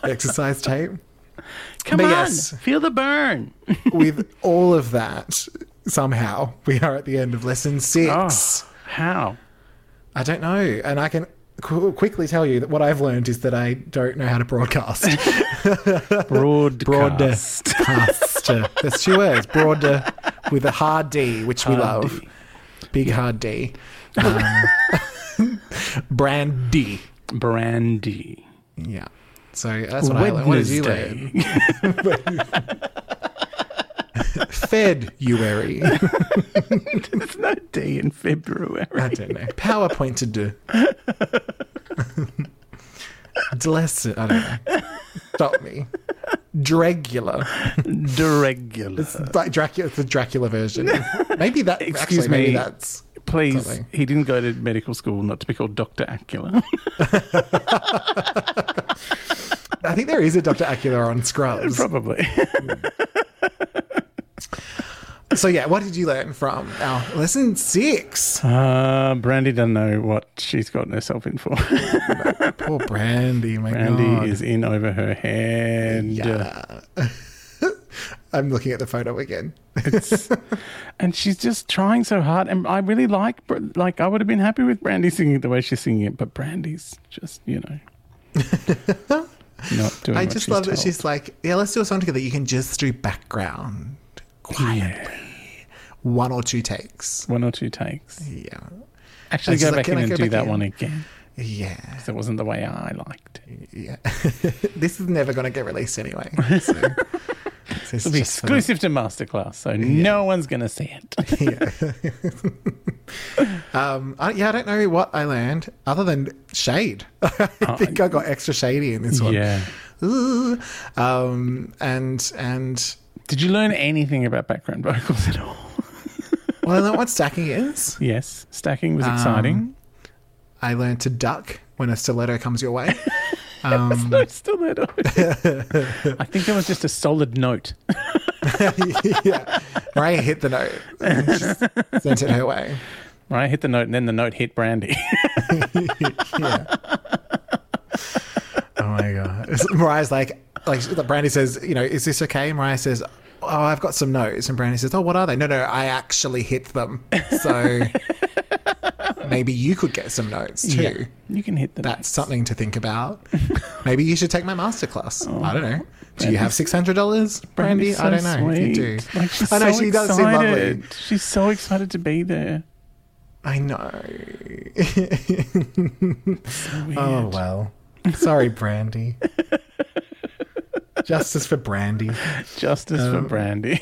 B: exercise tape.
A: Come
B: But
A: on,
B: yes.
A: feel the burn.
B: With all of that, somehow we are at the end of lesson six.
A: Oh, how?
B: I don't know, and I can qu- quickly tell you that what I've learned is that I don't know how to broadcast.
A: Broadcast.
B: Broadcast. That's two words. Broad with a hard D, which we
A: Hard
B: love.
A: D.
B: Big hard D. Um, brand D.
A: Brandy.
B: Yeah. So that's what I learned. What did you learn? Fed Uary.
A: There's no D in February.
B: I don't know. PowerPoint to do. Dlesser. I don't know. Stop me. Dregula.
A: Deregular.
B: It's like Dracula, it's the Dracula version. Maybe that.
A: Excuse
B: actually, Maybe
A: me.
B: that's.
A: Please,
B: something.
A: he didn't go to medical school not to be called Dr. Acula.
B: I think there is a Dr. Acula on Scrubs.
A: Probably.
B: So yeah, what did you learn from our lesson six?
A: Uh, Brandy doesn't know what she's gotten herself in for.
B: Poor Brandy, my
A: Brandy
B: God.
A: is in over her head.
B: Yeah. I'm looking at the photo again.
A: It's- and she's just trying so hard. And I really like, Br- like, I would have been happy with Brandy singing it the way she's singing it, but Brandy's just, you know, not doing.
B: I
A: what
B: just
A: she's
B: love that
A: told.
B: she's like, yeah, let's do a song together. You can just do background quietly, one or two takes.
A: one or two takes.
B: Yeah,
A: Actually,
B: she's
A: go
B: like,
A: back
B: "Can
A: in
B: I
A: and
B: go
A: do
B: back
A: that
B: in?"
A: one again.
B: yeah,
A: That wasn't the way I liked. it.
B: yeah. this is never going to get released anyway. So. this is
A: It'll be
B: just for the-
A: exclusive to Masterclass, so no one's going to see it.
B: yeah. um, I, yeah, I don't know what I learned other than shade. I think I got extra shady in this one.
A: Uh, yeah.
B: Ooh. Um, and and
A: Did you learn anything about background vocals at all?
B: well, I know what stacking is.
A: Yes, stacking
B: Um,
A: was exciting.
B: I learned to duck when a stiletto comes your way.
A: no stiletto. I think there was just a solid note.
B: yeah, Mariah hit the note, and just sent it her way.
A: Right, hit the note, and then the note hit Brandy.
B: Yeah. Oh my god! Mariah's like, like Brandy says, you know, is this okay? Mariah says, oh, I've got some notes, and Brandy says, oh, what are they? No, no, I actually hit them, so maybe you could get some notes too.
A: Yeah, you can hit the
B: That's
A: notes.
B: something to think about. Maybe you should take my masterclass. I don't know. Do you have six hundred dollars, Brandy?
A: Brandy's
B: I
A: Oh, so
B: don't know. if You do.
A: sweet. Like, she's
B: I know
A: so
B: she
A: excited.
B: does seem lovely.
A: She's so excited to be there.
B: I know.
A: Weird.
B: Oh well. Sorry, Brandy. Justice for Brandy.
A: Justice
B: Um,
A: for Brandy.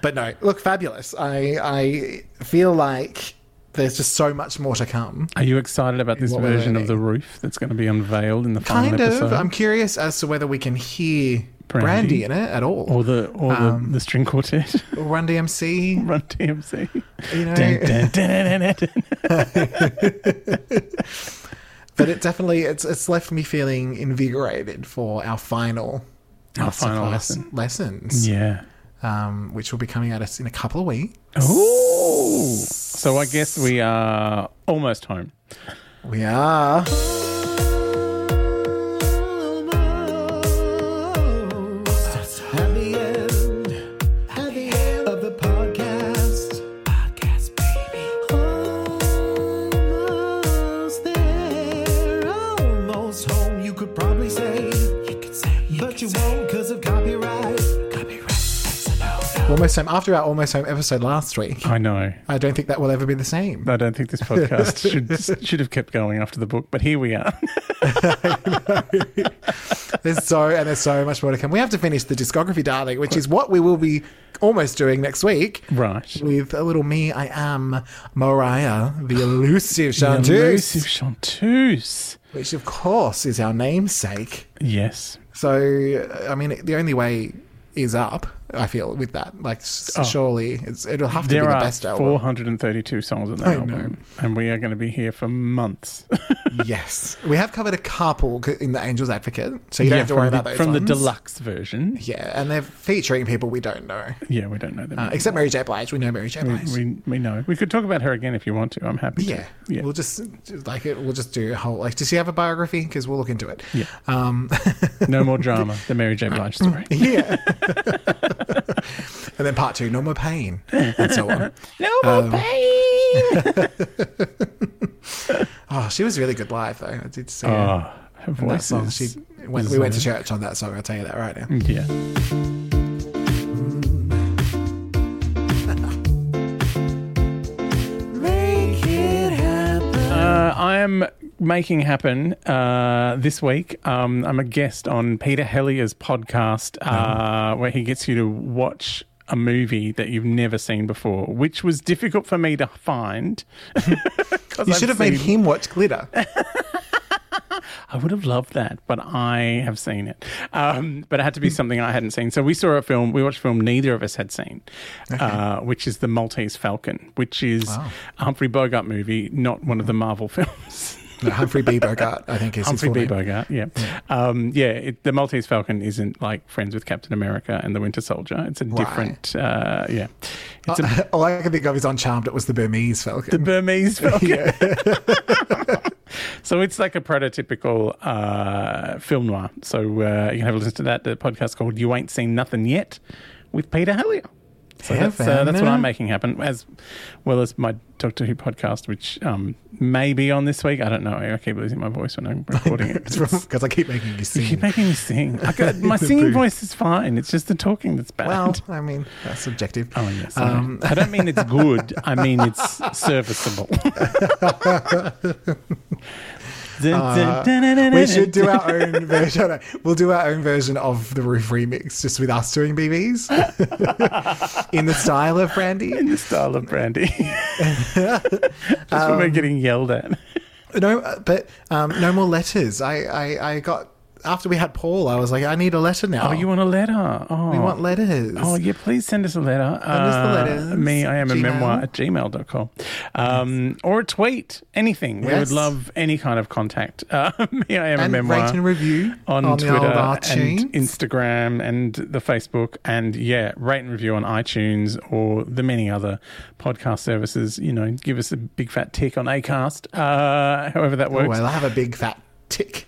B: But no, look fabulous. I I feel like there's just so much more to come.
A: Are you excited about this
B: What we're
A: version of
B: learning.
A: the roof that's going to be unveiled in the final
B: Kind of.
A: episode?
B: I'm curious as to whether we can hear Brandy,
A: Brandy.
B: in it at all.
A: or the or
B: Um,
A: the, the string quartet,
B: Or Run DMC.
A: Run TMC.
B: You know.
A: Dun, dun, dun, dun, dun, dun.
B: But it definitely it's it's left me feeling invigorated for our final
A: Our final
B: masterclass
A: lesson.
B: lessons.
A: Yeah.
B: Um, which will be coming at us in a couple of weeks.
A: Ooh. So I guess we are almost home.
B: We are
C: At the end, at the end of the podcast, podcast baby, almost there, almost home. You could probably say, you could say, but you won't because of copyright. Copyright, that's a no.
B: almost home after our almost home episode last week.
A: I know.
B: I don't think that will ever be the same.
A: I don't think this podcast should should have kept going after the book, but here we are.
B: There's so and there's so much more to come. We have to finish the discography, darling, which is what we will be almost doing next week.
A: Right.
B: With a little me, I am Mariah, the elusive Chanteuse,
A: Elusive Chanteuse.
B: which of course is our namesake.
A: Yes.
B: So I mean, the only way is up. I feel with that. Like, s surely it's, it'll have to be
A: Oh. There
B: the
A: are
B: best album.
A: 432 songs on that
B: I know.
A: album, and we are going to be here for months.
B: yes, we have covered a couple c- in the Angels Advocate, so you don't have to worry
A: from
B: about
A: the,
B: those
A: from the
B: ones.
A: deluxe version.
B: Yeah, and they're featuring people we don't know,
A: Yeah, we don't know them.
B: uh, except Mary J. Blige. We know Mary
A: Mm,
B: J. Blige.
A: we, we know. We could talk about her again if you want to. I'm happy.
B: yeah,
A: to. yeah.
B: we'll just like it. We'll just do a whole like. Does she have a biography? Because we'll look into it.
A: Yeah.
B: Um,
A: no more drama. The Mary J. Blige story.
B: yeah. and then part two, no more pain, and so on.
A: no
B: Um,
A: more pain.
B: Oh, she was really good live though. I did see her.
A: Oh, her
B: And that
A: voice
B: song.
A: is.
B: She went, we went to church on that song. I'll tell you that right now.
A: yeah. Uh, I am making happen uh, this week. Um, I'm a guest on Peter Hellier's podcast,
B: Ah.
A: uh, where he gets you to watch a movie that you've never seen before, which was difficult for me to find. 'Cause
B: You
A: I've
B: should have made
A: seen-
B: him watch Glitter.
A: I would have loved that, but I have seen it. Um, but it had to be something I hadn't seen. So we saw a film, we watched a film neither of us had seen, uh, which is The Maltese Falcon, which is a Humphrey Bogart movie, not one of the Marvel films.
B: No, Humphrey B. Bogart, I think is
A: Humphrey
B: his full
A: B.
B: name.
A: Bogart, yeah. Um, yeah, it, The Maltese Falcon isn't like Friends with Captain America and The Winter Soldier. It's a different, uh, yeah. It's a
B: All I can think of is on Charmed. It was the Burmese Falcon.
A: Burmese Falcon. so it's like a prototypical uh, film noir. So uh, you can have a listen to that. The podcast called "You Ain't Seen Nothing Yet" with Peter Hellier. So that's, uh, that's what I'm making happen, as well as my Doctor Who podcast, which um, may be on this week. I don't know. I keep losing my voice when I'm recording it.
B: Because I keep making you
A: You
B: sing.
A: keep making me sing. I got, my
B: The
A: singing
B: booth.
A: voice is fine. It's just the talking that's bad.
B: Well, I mean, that's subjective.
A: Oh, yes. I know.
B: Um,
A: I don't mean it's good. I mean it's serviceable.
B: Uh, we should do our own version. We'll do our own version of the roof remix, just with us doing BBs in the style of Brandy.
A: in the style of brandy. That's what
B: Um,
A: we're getting yelled at.
B: No, uh, but um, no more letters. I, I, I got after we had Paul. I was like, I need a letter now.
A: Oh, you want a letter? Oh,
B: we want letters.
A: Oh, yeah, please send us a letter. Send
B: us the letters.
A: Me, I am a
B: Gmail.
A: memoir at gmail.com. Um, Or a tweet, anything. We
B: Yes.
A: would love any kind of contact. Uh, me, I am a
B: and
A: memoir.
B: rate and review
A: on,
B: on
A: Twitter
B: the old
A: and
B: iTunes.
A: Instagram and the Facebook and yeah, rate and review on iTunes or the many other podcast services. You know, give us a big fat tick on Acast, uh, however that
B: oh,
A: works.
B: well, I have a big fat tick.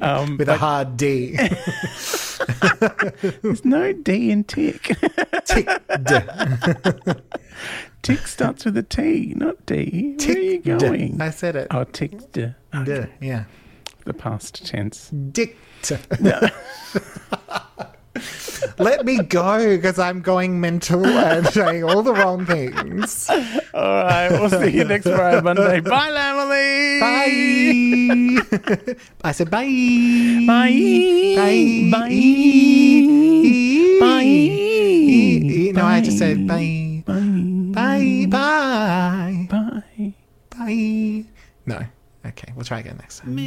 A: Um,
B: with a hard D.
A: There's no D in tick.
B: Tick. D.
A: tick starts with a T, not D. Where are you
B: Tick-d.
A: going?
B: I said it.
A: Oh, tick. D. Oh,
B: D. Yeah.
A: the past tense.
B: Dicked. Let me go because I'm going mental and saying all the wrong things.
A: All right, we'll see you next Friday, Monday. Bye, Lamely.
B: Bye. I said bye.
A: Bye.
B: Bye.
A: Bye. Bye.
B: No, I just said bye. Bye. Bye.
A: Bye.
B: Bye. No. Okay, we'll try again next time.
C: Me.